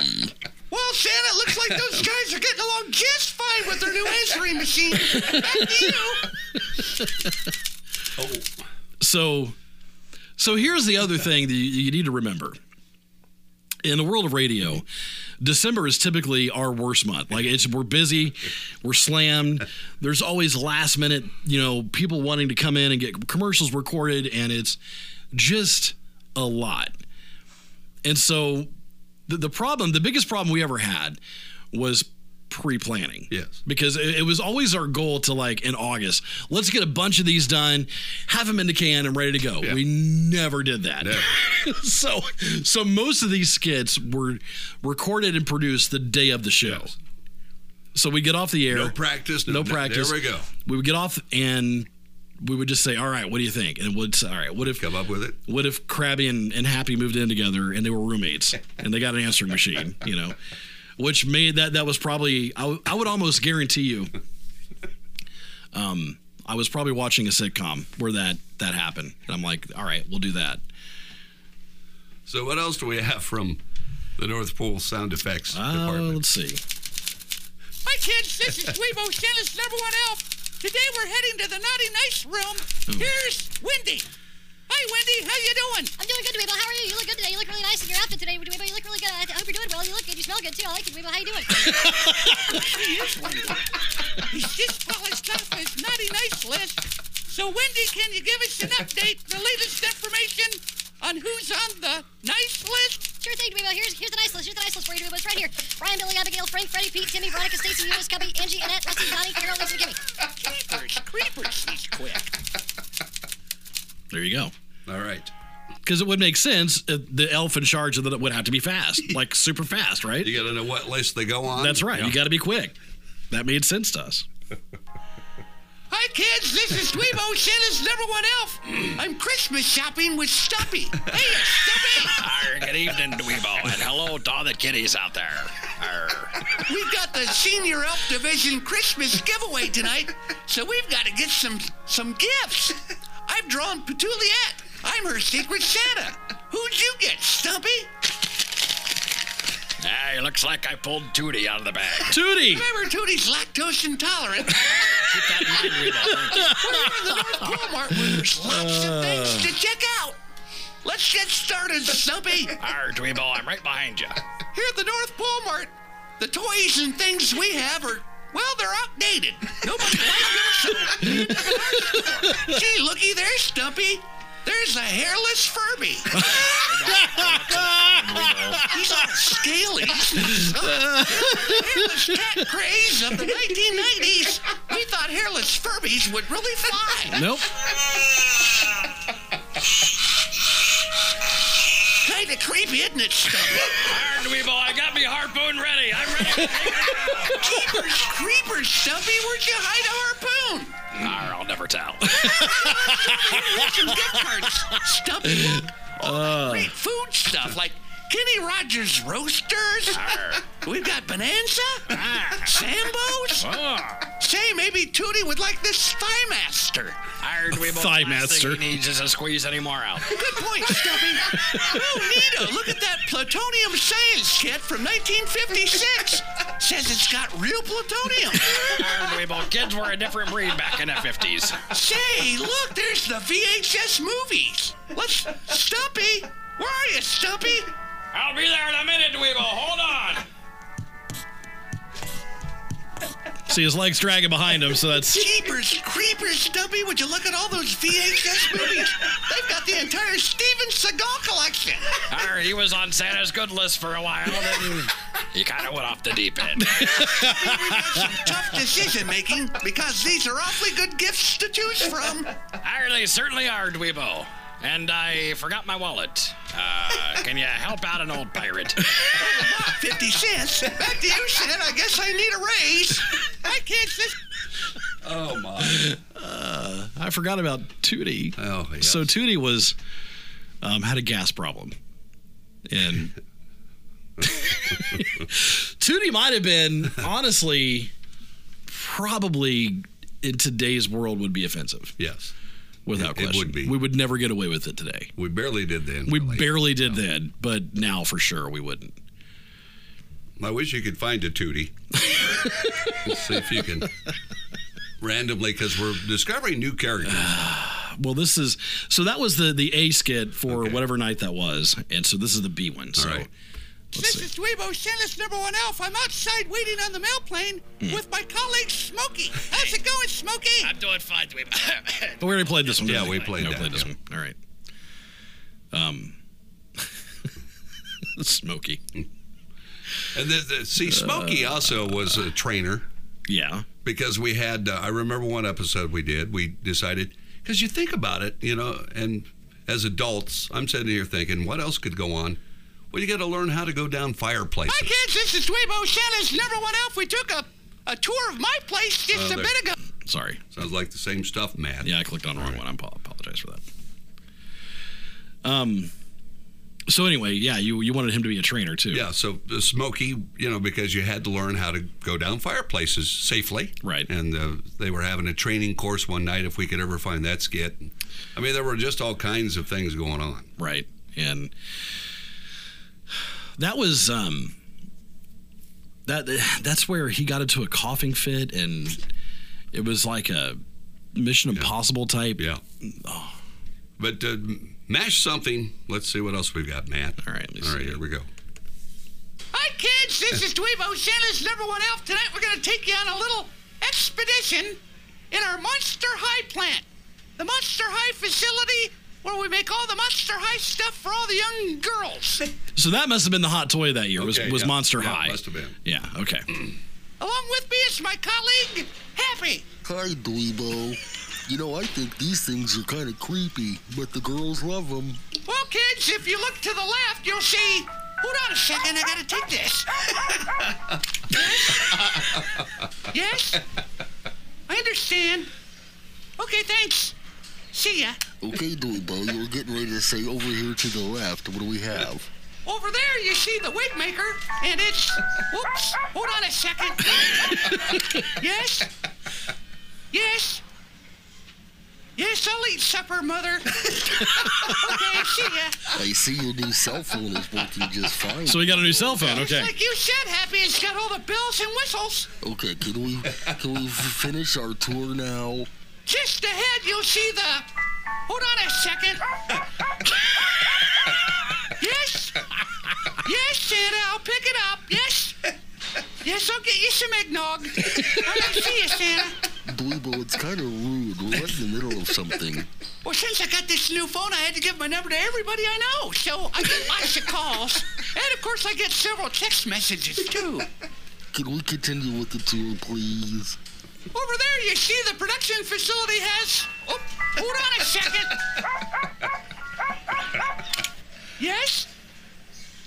S3: Well, Santa, it looks like those guys are getting along just fine with their new answering machine. Back to you.
S1: So, so here's the other thing that you, you need to remember. In the world of radio, December is typically our worst month. Like it's we're busy, we're slammed. There's always last minute, you know, people wanting to come in and get commercials recorded, and it's just a lot. And so, the, the problem, the biggest problem we ever had, was pre-planning
S2: Yes.
S1: because it, it was always our goal to like in August, let's get a bunch of these done, have them in the can and ready to go. We never did that. so so most of these skits were recorded and produced the day of the show.
S2: Yes.
S1: So we get off the air.
S2: No practice.
S1: No practice.
S2: There we go.
S1: We would get off and we would just say, "All right, what do you think?" And would say, "All right, what if
S2: Come up with it.
S1: what if Krabby and, and Happy moved in together and they were roommates and they got an answering machine, you know, which made that that was probably I, w- I would almost guarantee you, um, I was probably watching a sitcom where that that happened and I'm like, all right, we'll do that.
S2: So, what else do we have from the North Pole sound effects
S1: Uh,
S2: department?
S1: let's see.
S3: Hi, kids. This is Dweebo, Santa's number one elf. Today we're heading to the Naughty Nice room. Here's Wendy. Hi, Wendy. How you doing?
S8: I'm doing good, Dweebo. How are you? You look good today. You look really nice in your outfit today, Dweebo. You look really good. I I hope you're doing well. You look good. You smell good, too. I like you, Dweebo. How you doing?
S3: He's just polished off his Naughty Nice list. So, Wendy, can you give us an update, the latest information on who's on the nice list?
S8: Sure thing, Dweebo. Here's, here's the nice list. Here's the nice list for you, Dweebo. It's right here. Brian, Billy, Abigail, Frank, Freddie, Pete, Timmy, Veronica, Stacy, Eunice, Cubby, Angie, Annette, Rusty, Connie, Carol, Lisa, Kimmy.
S3: Creepers, creepers, he's quick.
S1: There you go.
S2: All right.
S1: Because it would make sense if the elf in charge of that would have to be fast, like super fast, right?
S2: You got to know what list they go on.
S1: That's right. You got to be quick. That made sense to us.
S3: Hi, kids. This is Dweebo, Santa's number one elf. I'm Christmas shopping with Stumpy. Hey, Stumpy.
S4: Arr, good evening, Dweebo, and hello to all the kiddies out there. Arr.
S3: We've got the senior elf division Christmas giveaway tonight, so we've got to get some some gifts. I've drawn Petuliette. I'm her secret Santa. Who'd you get, Stumpy?
S4: Hey, looks like I pulled Tootie out of the bag.
S1: Tootie.
S3: Remember, Tootie's lactose intolerant. We're in the North Pole Mart where there's lots of things to check out. Let's get started, Stumpy.
S4: Arr, Dweebo, I'm right behind you.
S3: Here at the North Pole Mart, the toys and things we have are, well, they're outdated. Nobody likes them, so we need to buy some more. Gee, looky there, Stumpy. There's a hairless Furby. He's on scaly. He's not- hairless cat craze of the 1990s. We thought hairless Furbies would really fly.
S1: Nope.
S3: Kind of creepy, isn't it, Stumpy?
S4: Arr, Dweebo, I got me harpoon ready. I'm ready.
S3: Jeepers, creepers, Stumpy, where'd you hide a harpoon?
S4: Arr, I'll never tell. Uh.
S3: Here's some gift cards. Stumpy, look. All that great food stuff like Kenny Rogers Roasters. We've got Bonanza, Sambo's. Say, maybe Tootie would like this Thigh Master.
S4: Hired we both.
S1: Thigh
S4: last thing
S1: master.
S4: He needs is a squeeze anymore out.
S3: Good point, Stumpy. Oh, Nita, look at that plutonium science kit from 1956. Says it's got real plutonium.
S4: Hired we both. Kids were a different breed back in the 50s.
S3: Say, look, there's the VHS movies. Let's, Stumpy, where are you, Stumpy?
S4: I'll be there in a minute, Weevil. Hold on.
S1: See his legs dragging behind him, so that's
S3: Jeepers, creepers, Stumpy, would you look at all those VHS movies? They've got the entire Steven Seagal collection.
S4: Hired, he was on Santa's good list for a while, then he kind of went off the deep end.
S3: We've got some tough decision making because these are awfully good gifts to choose from.
S4: Hired, they certainly are, Dweebo. And I forgot my wallet. Uh, can you help out an old pirate?
S3: 50 cents. Back to you, Sid. I guess I need a raise. I can't sit.
S1: I forgot about Tootie.
S2: Oh, yes.
S1: So Tootie was um, had a gas problem, and Tootie might have been honestly probably in today's world would be offensive
S2: yes,
S1: without
S2: It- it
S1: question.
S2: would be.
S1: We would never get away with it today.
S2: we barely did then.
S1: We
S2: really.
S1: barely did then, but now for sure we wouldn't.
S2: I wish you could find a tootie. Let's see if you can randomly, because we're discovering new characters.
S1: Ah, Well, this is so that was the the A skit for whatever night that was, and so this is the B one. So
S2: right.
S1: let's
S3: This
S1: see.
S3: is Dweebo Santa's number one elf. I'm outside waiting on the mail plane with my colleague Smokey. How's it going, Smokey?
S4: I'm doing fine, Dweebo.
S1: But we already played this one.
S2: Yeah,
S1: didn't
S2: we played
S1: Yeah,
S2: that,
S1: played this
S2: yeah.
S1: one. All right. Um, Smokey.
S2: And the, the, see,
S1: Uh,
S2: Smokey also was a trainer
S1: Yeah.
S2: because we had. Uh, I remember one episode we did. We decided because you think about it, you know, and as adults, I'm sitting here thinking, what else could go on? Well, you got to learn how to go down fireplaces.
S3: Hi, kids. This is Dweebo Santa's number one elf. We took a, a tour of my place just a
S2: there-
S3: bit ago.
S1: Sorry.
S2: Sounds like the same stuff, Matt.
S1: Yeah, I clicked on the wrong one. I apo- apologize for that. Um. So anyway, yeah, you you wanted him to be a trainer too.
S2: Yeah, so uh, Smokey, you know, because you had to learn how to go down fireplaces safely.
S1: Right.
S2: And uh, they were having a training course one night, if we could ever find that skit. I mean, there were just all kinds of things going on.
S1: Right. And that was um that that's where he got into a coughing fit and it was like a Mission Impossible type.
S2: Yeah.
S1: Oh.
S2: But uh, m- mash something. Let's see what else we've got, Matt.
S1: All right, let me
S2: All right,
S1: see.
S2: here we go.
S3: Hi, kids. This is Dweebo Santa's number one elf. Tonight we're going to take you on a little expedition in our Monster High plant. The Monster High facility where we make all the Monster High stuff for all the young girls.
S1: So that must have been the hot toy that year was
S2: Okay,
S1: was
S2: yeah.
S1: Monster
S2: Yeah,
S1: High.
S2: must have been.
S1: Yeah, okay.
S3: Along with me is my colleague, Happy.
S5: Hi, Dweebo. You know, I think these things are kind of creepy, but the girls love them.
S3: Well, kids, if you look to the left, you'll see. Hold on a second, I gotta take this. yes? Yes? I understand. Okay, thanks. See ya.
S5: Okay, Dweebo, you were getting ready to say over here to the left. What do we have?
S3: Over there, you see the wig maker, and it's. Whoops! Hold on a second. yes? Yes? Yes, I'll eat supper, Mother. okay, see ya.
S5: I see your new cell phone is working just fine.
S1: So he got a new cell phone.
S3: Just
S1: Okay.
S3: like you said, Happy, it's got all the bells and whistles.
S5: Okay, can we can we f- finish our tour now?
S3: Just ahead, you'll see the. Hold on a second. yes? Yes, Santa, I'll pick it up. Yes? Yes, I'll get you some eggnog. I'll see you, Santa.
S5: Dweebo, it's kind of rude. We're right in the middle of something.
S3: Well, since I got this new phone, I had to give my number to everybody I know. So I get lots of calls. And of course, I get several text messages, too.
S5: Can we continue with the tour, please?
S3: Over there, you see the production facility has. Oh, hold on a second. yes?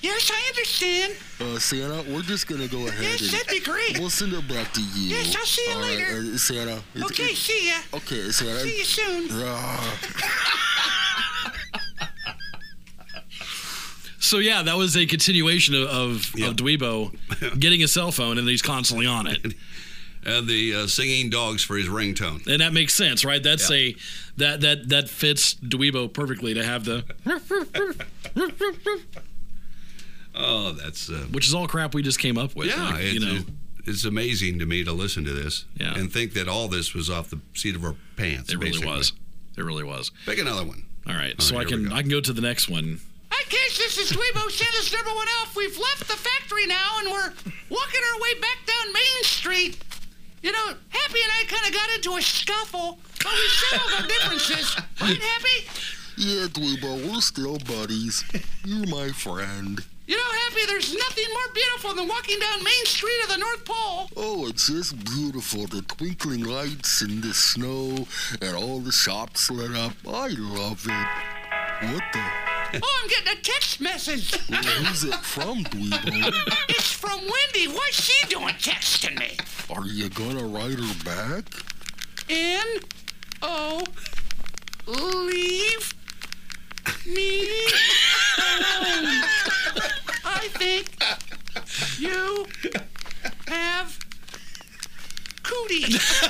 S3: Yes, I understand.
S5: Uh, Santa, we're just gonna go ahead
S3: Yes,
S5: and
S3: that'd be great.
S5: we'll send it back to you.
S3: Yes, I'll see you
S5: All right,
S3: later.
S5: uh, Santa. it's-
S3: Okay,
S5: it's-
S3: see ya.
S5: Okay, Ah, Santa.
S3: See you soon.
S5: Ah,
S1: So yeah, that was a continuation of of,
S2: Yeah.
S1: of Dweebo getting a cell phone and he's constantly on it,
S2: And the uh, singing dogs for his ringtone.
S1: and that makes sense, right? That's
S2: Yeah.
S1: a that that that fits Dweebo perfectly to have the
S2: Oh, that's uh,
S1: which is all crap we just came up with.
S2: yeah.
S1: like,
S2: it's,
S1: you know,
S2: it's amazing to me to listen to this
S1: Yeah.
S2: and think that all this was off the seat of our pants.
S1: it really
S2: basically.
S1: was. It really was.
S2: Pick another one.
S1: All right, so I
S2: here we
S1: can
S2: go.
S1: I can go to the next one.
S3: Hi, kids. This is Dweebo Santa's number one elf. We've left the factory now, and we're walking our way back down Main Street. You know, Happy and I kind of got into a scuffle, but we settled our differences. Right, Happy?
S5: Yeah, Dweebo, we're still buddies. You're my friend.
S3: You know, Happy, there's nothing more beautiful than walking down Main Street of the North Pole.
S5: Oh, it's just beautiful. The twinkling lights and the snow and all the shops lit up. I love it. What the?
S3: Oh, I'm getting a text message.
S5: Who's it from, Dweebo?
S3: It's from Wendy. What's she doing texting me?
S5: Are you gonna write her back?
S3: N O leave me alone. I think you have cooties.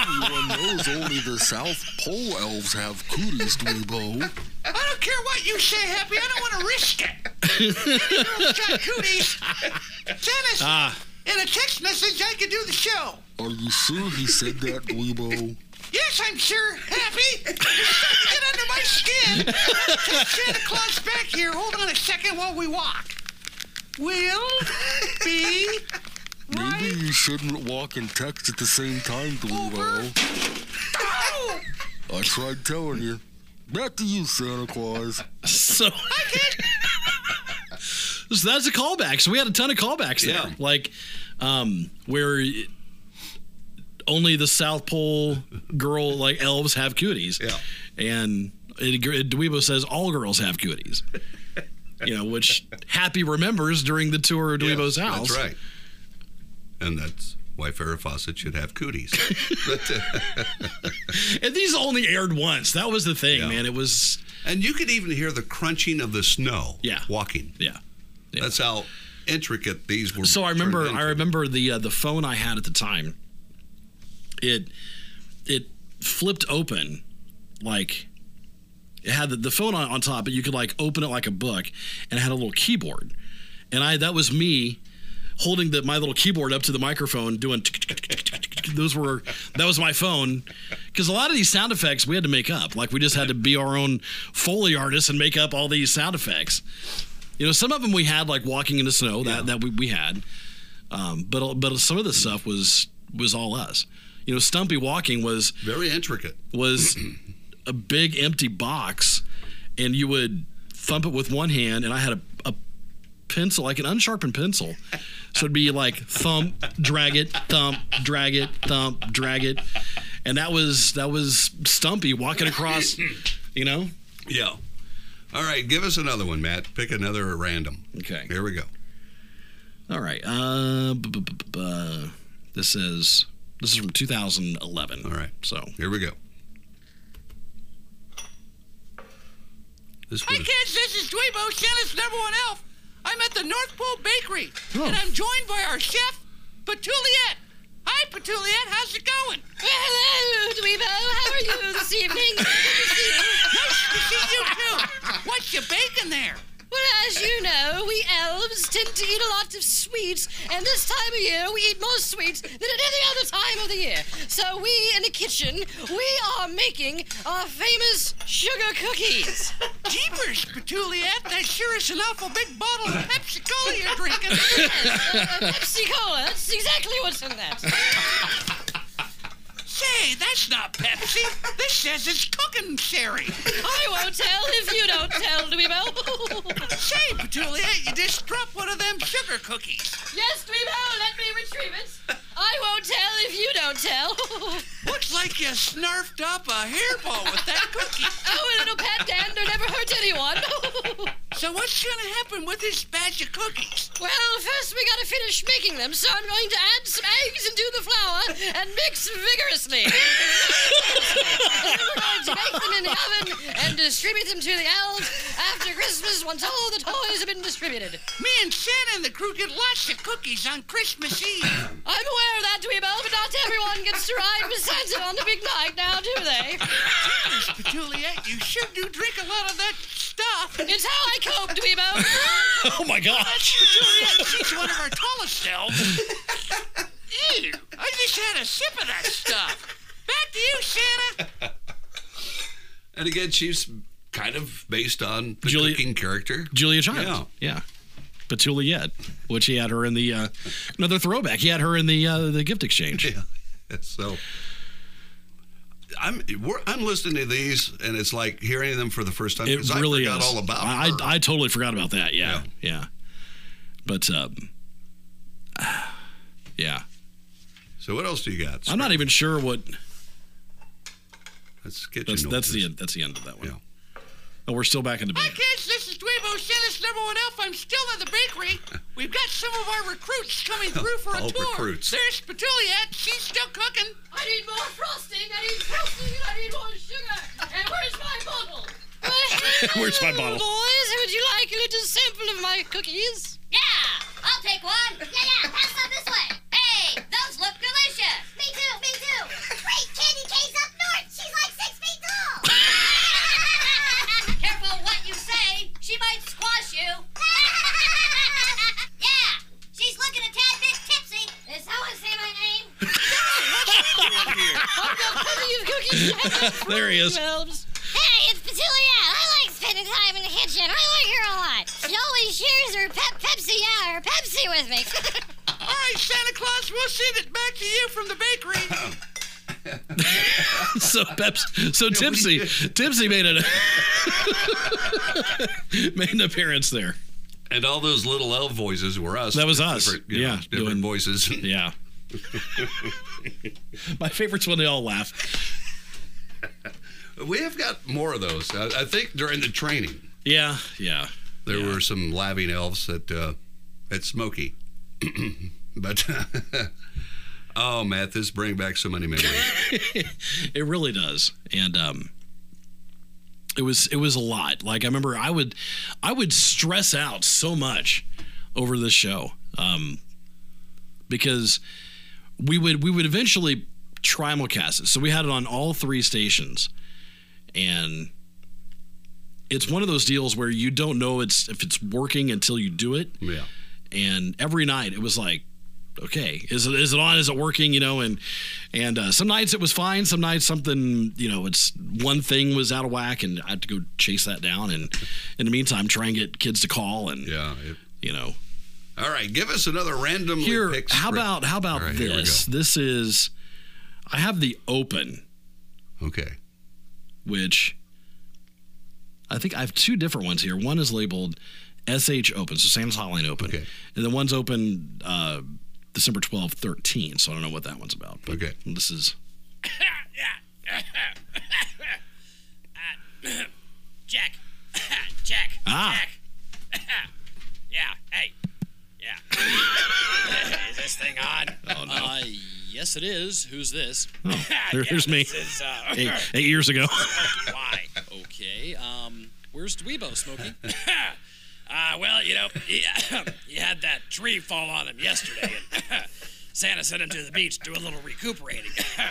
S5: Everyone knows only the South Pole elves have cooties, Dweebo.
S3: I don't care what you say, Happy. I don't want to risk it. Anyone who's got cooties. Dennis, in a text message, I can do the show.
S5: Are you sure he said that, Dweebo?
S3: Yes, I'm sure. Happy? You're starting to get under my skin. Take Santa Claus back here. Hold on a second while we walk. Will be
S5: Maybe
S3: right
S5: you shouldn't walk and text at the same time, Dweebo.
S3: Oh,
S5: I tried telling you. Back to you, Santa Claus.
S1: So, so that's a callback. So we had a ton of callbacks there,
S2: Yeah.
S1: like um, where only the South Pole girl, like elves, have cooties.
S2: Yeah.
S1: and it, it, Dweebo says all girls have cooties. You know, which Happy remembers during the tour of Dweebo's
S2: Yes,
S1: house.
S2: That's right. And that's why Farrah Fawcett should have cooties. But, uh,
S1: And these only aired once. That was the thing,
S2: Yeah.
S1: man. It was
S2: and you could even hear the crunching of the snow.
S1: Yeah.
S2: Walking.
S1: yeah. Yeah.
S2: That's how intricate these were.
S1: So I remember,
S2: turned
S1: I
S2: into.
S1: remember the uh, the phone I had at the time. It it flipped open, like it had the, the phone on, on top, but you could like open it like a book, and it had a little keyboard, and I that was me holding the my little keyboard up to the microphone doing. tick, tick, tick, tick, tick, tick. Those were that was my phone because a lot of these sound effects we had to make up. Like we just had to be our own foley artists and make up all these sound effects. You know, some of them we had like walking in the snow that that we, we had, um, but but some of the stuff was was all us. You know, Stumpy walking was
S2: Very intricate.
S1: was a big empty box, and you would thump it with one hand, and I had a, a pencil, like an unsharpened pencil. So it'd be like thump, drag it, thump, drag it, thump, drag it, and that was that was Stumpy walking across. You know,
S2: Yeah. All right, give us another one, Matt. Pick another at random.
S1: Okay.
S2: Here we go.
S1: All right. Uh, bu- bu- bu- bu- bu- this is this is from 2011.
S2: All right.
S1: So
S2: Here we go. This
S3: Hi,
S2: was
S3: kids. This is Dweebo, Santa's number one elf. I'm at the North Pole Bakery, and I'm joined by our chef, Petuliet. Hi, Petuliet. How's it going?
S8: Hello, Dweebo. Oh, How are you this evening? Good to see you.
S3: Nice to see you, too. What you baking there?
S8: Well, as you know, we elves tend to eat a lot of sweets, and this time of year we eat more sweets than at any other time of the year. So we in the kitchen, we are making our famous sugar cookies.
S3: Jeepers, Petuliet. That sure is an awful big bottle of Pepsi Cola you're drinking.
S8: Uh, Pepsi Cola, that's exactly what's in that.
S3: Say, that's not Pepsi. This says it's cooking sherry.
S8: I won't tell if you don't tell, Dweebo.
S3: Say, Petuliet, you just dropped one of them sugar cookies.
S8: yes, Dweebo, let me retrieve it. I won't tell if you don't tell.
S3: Looks like you snarfed up a hairball with that cookie.
S8: oh, a little pat dander never hurt anyone.
S3: So what's gonna happen with this batch of cookies?
S8: Well, first we gotta finish making them, so I'm going to add some eggs into the flour and mix vigorously. and then we're going to bake them in the oven and distribute them to the elves After Christmas, once all the toys have been distributed.
S3: Me and Santa and the crew get lots of cookies on Christmas Eve.
S8: I'm aware of that, Dweebo, but not everyone gets to ride with Santa on the big night now, do they?
S3: Jeez, but Juliet, you sure do drink a lot of that stuff.
S8: It's how I cope, Dweebo.
S1: Oh my gosh.
S3: Juliet, she's one of our tallest selves. Ew, I just had a sip of that stuff. Back to you, Santa.
S2: And again, she's kind of based on the
S1: Julia-
S2: cooking character.
S1: Julia Child. Yeah. Petulia Yet, which he had her in the uh, another throwback. He had her in the uh, the gift exchange.
S2: So I'm we're, I'm listening to these, and it's like hearing them for the first time.
S1: It
S2: 'cause
S1: really
S2: I forgot
S1: is.
S2: all about
S1: I,
S2: her.
S1: I I totally forgot about that. Yeah, yeah. But um, yeah,
S2: so what else do you got?
S1: I'm not even sure what.
S2: That's kitchen.
S1: That's that's the
S2: notice.
S1: end. That's the end of that one.
S2: Yeah.
S1: Oh, we're still back in the
S3: Hi,
S1: beginning.
S3: kids. This is Dweebo Santa's number one elf. I'm still in the bakery. We've got some of our recruits coming through for a
S2: Oh,
S3: tour.
S2: recruits.
S3: There's Petulia. She's still cooking.
S8: I need more frosting, I need frosting, and I need more sugar. And where's my bottle?
S1: Where's my bottle?
S8: Boys, would you like a little sample of my cookies?
S7: Yeah, I'll take one. Yeah, yeah, pass them this way. Hey, those look delicious. Me too, me too. Great, Candy K's up north. She's like six feet tall. Careful what you say. She might squash you. yeah, she's looking a tad bit tipsy. Did someone say my name?
S8: I've got plenty of cookies. I've got
S1: There he is.
S8: elves.
S7: Hey, it's Petulia. I like spending time in the kitchen. I like her a lot. She always shares her pep Pepsi, yeah, her Pepsi with me.
S3: All right, Santa Claus, we'll send it back to you from the bakery.
S1: so Peps, so Tipsy, Tipsy made an made an appearance there.
S2: and all those little elf voices were us.
S1: That was us.
S2: Different, you know,
S1: Yeah,
S2: different
S1: doing-
S2: voices.
S1: Yeah. My favorite's when they all laugh.
S2: We have got more of those. I, I think during the training,
S1: Yeah, yeah.
S2: there were some laughing elves at uh, at Smoky, but. Oh, Matt, this bring back so many memories.
S1: It really does. And um it was it was a lot. Like I remember I would I would stress out so much over this show. Um because we would we would eventually trimulcast it. So we had it on all three stations. And it's one of those deals where you don't know it's if it's working until you do it.
S2: yeah.
S1: and every night it was like okay is it is it on is it working you know and and uh, some nights it was fine some nights something you know it's one thing was out of whack and i had to go chase that down and in the meantime try and get kids to call and
S2: Yeah. it-
S1: you know
S2: all right, give us another randomly
S1: here
S2: picked
S1: how
S2: script.
S1: about how about
S2: All right, here we
S1: this this is i have the open
S2: Okay.
S1: which I think I have two different ones here. One is labeled SH Open, so Sam's Hotline Open.
S2: Okay.
S1: And the one's open uh, December 12, 13, so I don't know what that one's about. But
S2: Okay.
S1: This is.
S4: Jack. Jack.
S1: Ah.
S4: Jack. yeah. Hey. Yeah. is this thing on?
S1: Oh, no.
S9: Uh, yes, it is. Who's this?
S1: there- there's me.
S4: This is, uh,
S1: Eight, eight years ago.
S4: why?
S9: Okay. Um, where's Dweebo, Smokey?
S4: Uh, well, you know, he, he had that tree fall on him yesterday, and Santa sent him to the beach to do a little recuperating.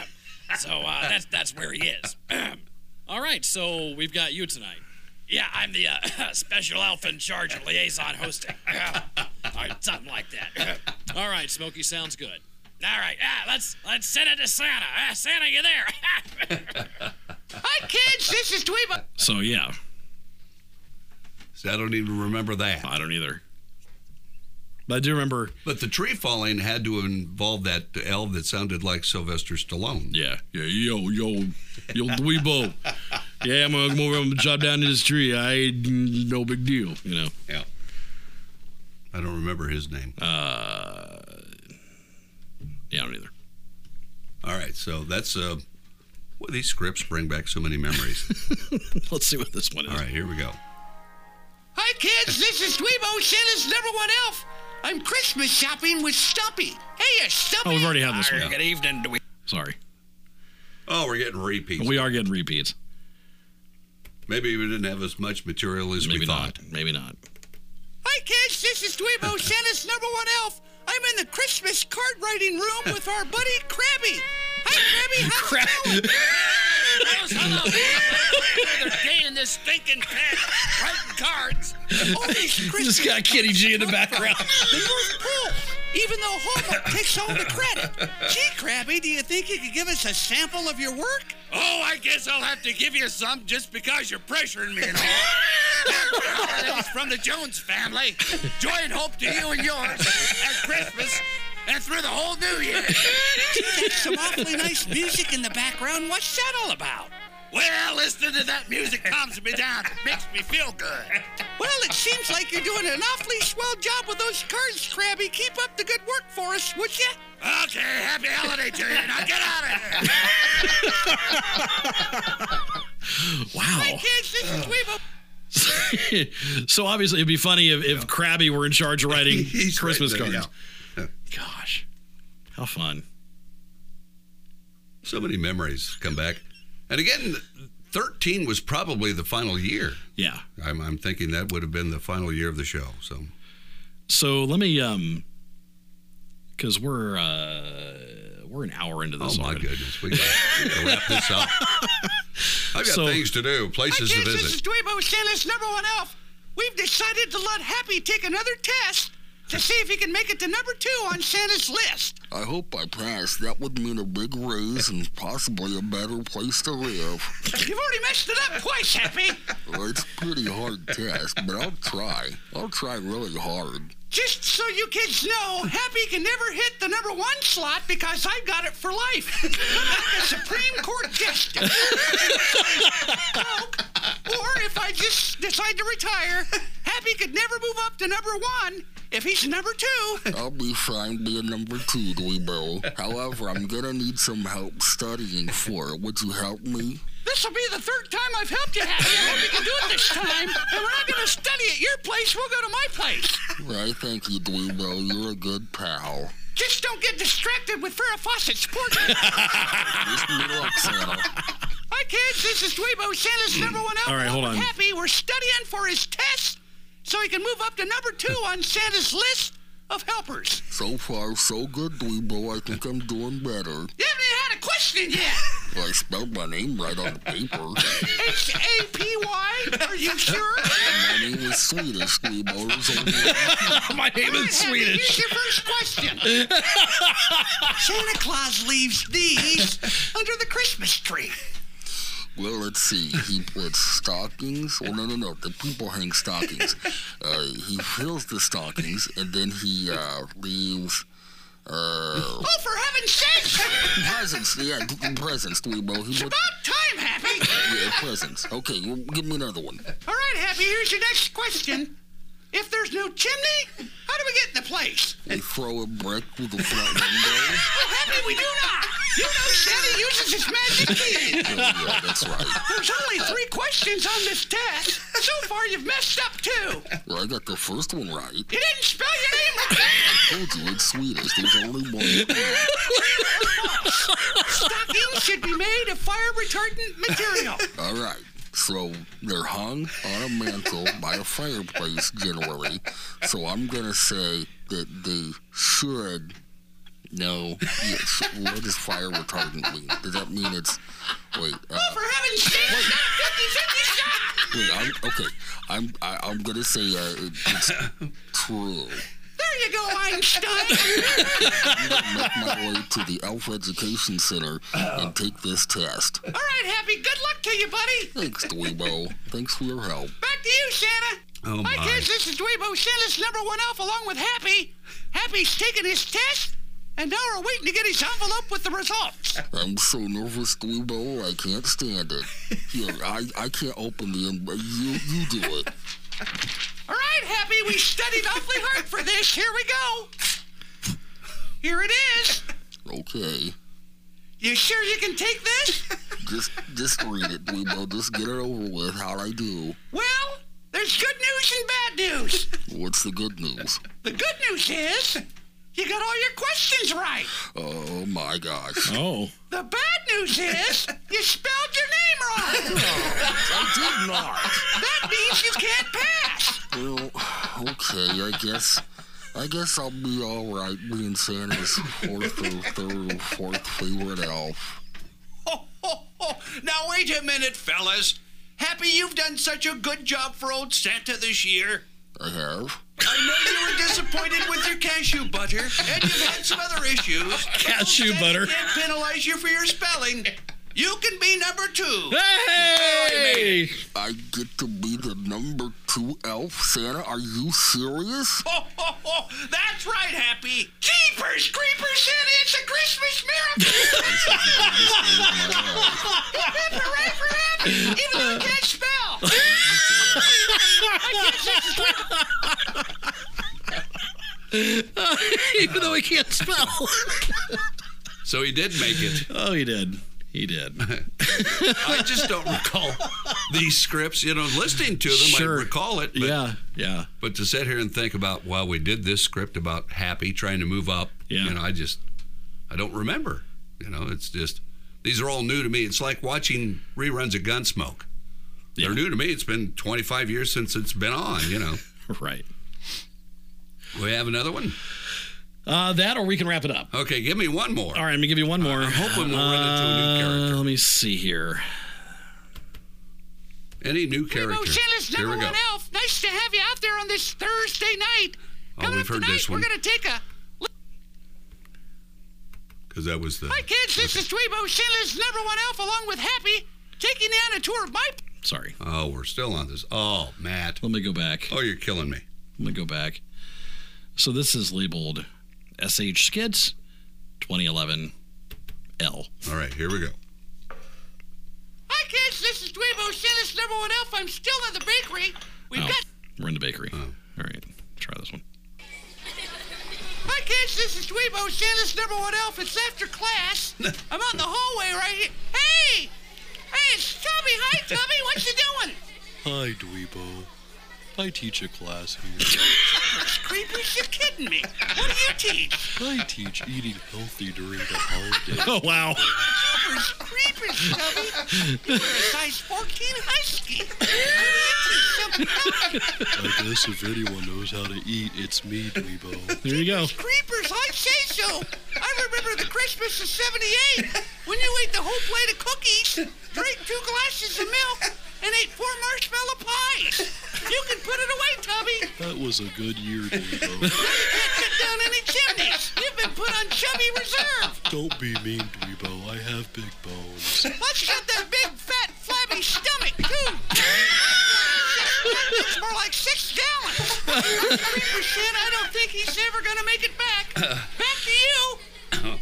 S4: so uh, that's that's where he is.
S9: All right. So we've got you tonight.
S4: yeah, I'm the uh, special elf in charge of liaison hosting, or something like that.
S9: All right, Smokey. Sounds good.
S4: All right, ah, let's let's send it to Santa. Ah, Santa, you there?
S3: Hi, kids. This is Dweebo.
S1: so, yeah,
S2: So I don't even remember that.
S1: I don't either. But I do remember.
S2: But the tree falling had to involve that elf that sounded like Sylvester Stallone.
S1: Yeah. Yeah. Yo, yo, yo, Dweebo. Yeah, I'm going to move him, chop down to this tree. I, mm, no big deal, you know.
S2: Yeah. I don't remember his name.
S1: Uh. Yeah, I don't either.
S2: All right, so that's uh, well, these scripts bring back so many memories.
S1: Let's see what this one is.
S2: All right, here we go.
S3: Hi, kids. This is Dweebo, Santa's number one elf. I'm Christmas shopping with Stumpy. Hey, Stumpy.
S1: Oh, we've already had this
S4: Or
S1: one.
S4: Good evening, do we?
S1: Sorry.
S2: Oh, we're getting repeats.
S1: We are getting repeats.
S2: Maybe we didn't have as much material as
S1: Maybe
S2: we
S1: not.
S2: thought.
S1: Maybe not.
S3: Hi, kids. This is Dweebo, Santa's number one elf. I'm in the Christmas card writing room with our buddy Krabby. Hi, Krabby. How's it going?
S4: How's hello? Another day in this stinking pen, writing cards.
S3: All these Christmas
S1: Just got Kitty G in the background.
S3: the North Pole, even though Hallmark takes all the credit. Gee, Krabby, do you think you could give us a sample of your work?
S4: Oh, I guess I'll have to give you some just because you're pressuring me and all. It's from the Jones family. Joy and hope to you and yours at Christmas and through the whole new year.
S3: That's some awfully nice music in the background. What's that all about?
S4: Well, listening to that music calms me down. It makes me feel good.
S3: Well, it seems like you're doing an awfully swell job with those cards, Krabby. Keep up the good work for us, would you?
S4: Okay, happy holiday to you. Now get out of here.
S1: Wow.
S3: Kids, this is Dweebo.
S1: so obviously it'd be funny if, if Krabby were in charge of writing
S2: He's right
S1: Christmas
S2: there,
S1: cards.
S2: yeah.
S1: Gosh, how fun!
S2: So many memories come back. And again, 13 was probably the final year.
S1: Yeah.
S2: I'm, I'm thinking that would have been the final year of the show. So
S1: So let me um, because we're uh we're an hour into
S2: Oh
S1: this.
S2: my
S1: already.
S2: goodness, we got to wrap this up. I've got
S1: So-
S2: things to do,
S3: Hi,
S2: places to
S3: kids, this is
S2: visit.
S3: Dweebo, Santa's number one elf. We've decided to let Happy take another test to see if he can make it to number two on Santa's list.
S5: I hope I pass. That would mean a big raise and possibly a better place to live.
S3: You've already messed it up twice, Happy.
S5: Well, it's a pretty hard test, but I'll try. I'll try really hard.
S3: Just so you kids know, Happy can never hit the number one slot because I've got it for life. I'm a Supreme Court justice. Joke. or if I just decide to retire, Happy could never move up to number one if he's number two.
S5: I'll be fine being number two, Dweebo. However, I'm gonna need some help studying for it. Would you help me?
S3: This will be the third time I've helped you, Happy. I hope you can do it this time. And we're not going to study at your place. We'll go to my place.
S5: I thank you, Dweebo. You're a good pal.
S3: Just don't get distracted with Farrah Fawcett's portrait.
S5: Wish me luck, Santa.
S3: Hi, kids. This is Dweebo, Santa's number one elf.
S1: All right, hold on.
S3: Happy, we're studying for his test so he can move up to number two on Santa's list of helpers.
S5: So far, so good, Dweebo. I think I'm doing better.
S3: You haven't even had a question yet.
S5: I spelled my name right on the paper.
S3: H A P Y. Are you sure?
S5: My name is Swedish, Dweebo. There's only one
S1: my name is
S3: Happy, here's
S1: Swedish.
S3: your first question. Santa Claus leaves these under the Christmas tree.
S5: Well, let's see. He puts stockings. Well, no, no, no. The people hang stockings. Uh, he fills the stockings and then he uh, leaves uh,
S3: Oh, for heaven's sake!
S5: presents. Yeah, g- g- presents, Dweebo. He puts
S3: About time, Happy.
S5: yeah, presents. Okay, well, give me another one.
S3: All right, Happy, here's your next question. If there's no chimney, how do we get in the place?
S5: We throw a brick through the front window.
S3: Oh, Happy, we do not. You know Santa uses his magic key.
S5: Oh, yeah, that's right.
S3: There's only three questions on this test. So far, you've messed up two.
S5: Well, I got the first one right.
S3: You didn't spell your name right.
S5: Told you it's Swedish. There's only one.
S3: Stockings should be made of fire retardant material.
S5: All right. So they're hung on a mantle by a fireplace generally. So I'm gonna say that they should. No. Yes. What does fire retardant mean? Does that mean it's? Wait. Uh,
S3: For heaven's sake, it's not a 50-50 shot.
S5: wait. I'm okay. I'm. I, I'm gonna say uh, it, it's true.
S3: There you go, Einstein.
S5: Make my way to the Elf Education Center and take this test.
S3: All right, Happy, good luck to you, buddy.
S5: Thanks, Dweebo. Thanks for your help.
S3: Back to you, Santa.
S2: Oh
S3: Hi,
S2: my.
S3: kids. This is Dweebo Santa's number one elf along with Happy. Happy's taking his test, and now we're waiting to get his envelope with the results.
S5: I'm so nervous, Dweebo. I can't stand it. Here, I, I can't open the em- you you do it.
S3: All right, Happy, we studied awfully hard for this. Here we go. Here it is.
S5: Okay,
S3: You sure you can take this?
S5: just just read it, Dweebo. Just get it over with. How'd I do?
S3: Well, there's good news and bad news.
S5: What's the good news?
S3: The good news is You got all your questions right.
S5: Oh my gosh.
S1: Oh.
S3: The bad news is you spelled your name wrong.
S5: I did not.
S3: That means you can't pass.
S5: Well, okay, I guess. I guess I'll be alright being Santa's fourth or third or fourth favorite elf.
S3: Ho, ho, ho. Now, wait a minute, fellas. Happy you've done such a good job for old Santa this year.
S5: I have.
S3: I know you were disappointed with your cashew butter, and you've had some other issues.
S1: Cashew
S3: Santa
S1: butter.
S3: Can't penalize you for your spelling. You can be number two.
S1: Hey!
S5: I get to be the number two elf, Santa? Are you serious?
S3: Ho, ho, ho. That's right, Happy. Jeepers, creepers, Santa, it's a Christmas miracle. Hooray for Happy, even though I can't spell.
S1: Even though he can't spell.
S2: So he did make it.
S1: oh, he did. He did.
S2: I just don't recall these scripts. You know, listening to them,
S1: Sure.
S2: I recall it. But,
S1: yeah. Yeah.
S2: But to sit here and think about, well, we did this script about Happy trying to move up.
S1: Yeah.
S2: You know, I just, I don't remember. You know, it's just, these are all new to me. It's like watching reruns of Gunsmoke.
S1: Yeah.
S2: They're new to me. It's been 25 years since it's been on, you know.
S1: Right.
S2: we have another one?
S1: Uh, that or we can wrap it up.
S2: Okay, give me one more.
S1: All right, let me give you one more.
S2: I'm hoping we'll run into a new
S1: Uh,
S2: character.
S1: let me see here.
S2: Any new
S3: Primo
S2: character.
S3: Schiller's
S2: Here
S3: Oh, number
S2: we go.
S3: one elf. Nice to have you out there on this Thursday night.
S2: Oh,
S3: Coming
S2: we've
S3: up
S2: heard
S3: tonight,
S2: this one.
S3: we're gonna take a
S2: Because that was the.
S3: Hi kids, this is Dweebo Schiller's number one elf along with Happy, taking you on a tour of my
S1: Sorry.
S2: Oh, we're still on this. Oh, Matt.
S1: Let me go back.
S2: Oh, you're killing me.
S1: Let me go back. So this is labeled SH Skids 2011 L.
S2: All right, here we go.
S3: Hi kids, this is Dweebo Schiller's number one elf. I'm still in the bakery. We've
S1: Oh,
S3: got
S1: we're in the bakery. All right, try this one.
S3: Hi kids, this is Dweebo Schiller's number one elf. It's after class. I'm on the hallway right here. Hey! Hey, it's Tubby. Hi Tubby, what you doing?
S10: Hi, Dweebo. I teach a class
S3: Creepers, you kidding me? What do you teach?
S10: here. I teach eating healthy during the holidays.
S1: Oh wow!
S3: Creepers, creepers, Tubby. You're a size 14 husky. What do you teach? Some
S10: I guess if anyone knows how to eat, it's me, Dweebo.
S1: There you go.
S3: Creepers, I say so. I remember the Christmas of 78 when you ate the whole plate of cookies, drank two glasses of milk, and ate four marshmallow pies. You can put it away, Tubby.
S10: That was a good year, Dweebo.
S3: Can't cut down any chimneys. You've been put on chubby reserve.
S10: Don't be mean, Dweebo. I have big bones.
S3: Let's get that big, fat, flabby stomach, too. It's more like six gallons. Creeper said I don't think he's ever going to make it back. Back to you.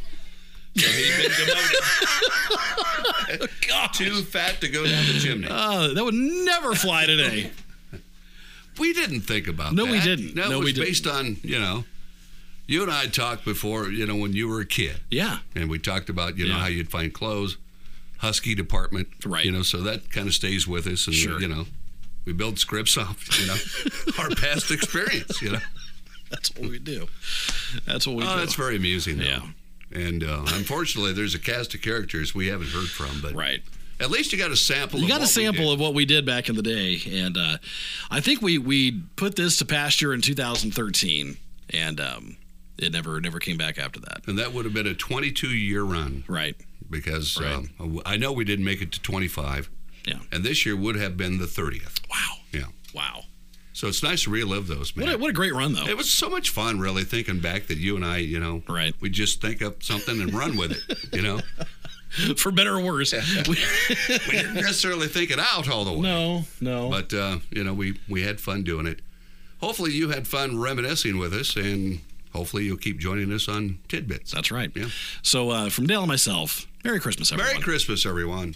S2: Too fat to go down the chimney.
S1: Uh, that would never fly today.
S2: we didn't think about
S1: No,
S2: that.
S1: we didn't.
S2: No,
S1: No,
S2: it was
S1: we didn't.
S2: based on, you know, you and I talked before, you know, when you were a kid.
S1: Yeah.
S2: And we talked about, you know,
S1: Yeah.
S2: how you'd find clothes, husky department.
S1: Right.
S2: You know, so that kind of stays with us. And,
S1: Sure.
S2: you know, we build scripts off, you know, our past experience, you know.
S1: That's what we do. That's what we
S2: Oh,
S1: do.
S2: that's very amusing, though.
S1: Yeah.
S2: And uh, unfortunately, there's a cast of characters we haven't heard from, but
S1: right.
S2: at least you got a sample.
S1: You
S2: of
S1: got a
S2: what we
S1: sample
S2: did.
S1: of what we did back in the day, and uh, I think we we put this to pasture in 2013, and um, it never never came back after that.
S2: and that would have been a 22 year run
S1: Right.
S2: because um, I know we didn't make it to 25,
S1: Yeah.
S2: and this year would have been the 30th.
S1: Wow.
S2: Yeah,
S1: Wow.
S2: so it's nice to relive those, man.
S1: What a, what a great run though.
S2: it was so much fun, really, thinking back that you and I, you know,
S1: Right.
S2: we just think up something and run with it, you know.
S1: For better or worse. We-
S2: We didn't necessarily think it out all the way.
S1: no. No.
S2: But uh, you know, we we had fun doing it. Hopefully, you had fun reminiscing with us, and hopefully, you'll keep joining us on tidbits.
S1: That's right.
S2: Yeah.
S1: So uh, from Dale and myself, Merry Christmas, everyone.
S2: Merry Christmas, everyone.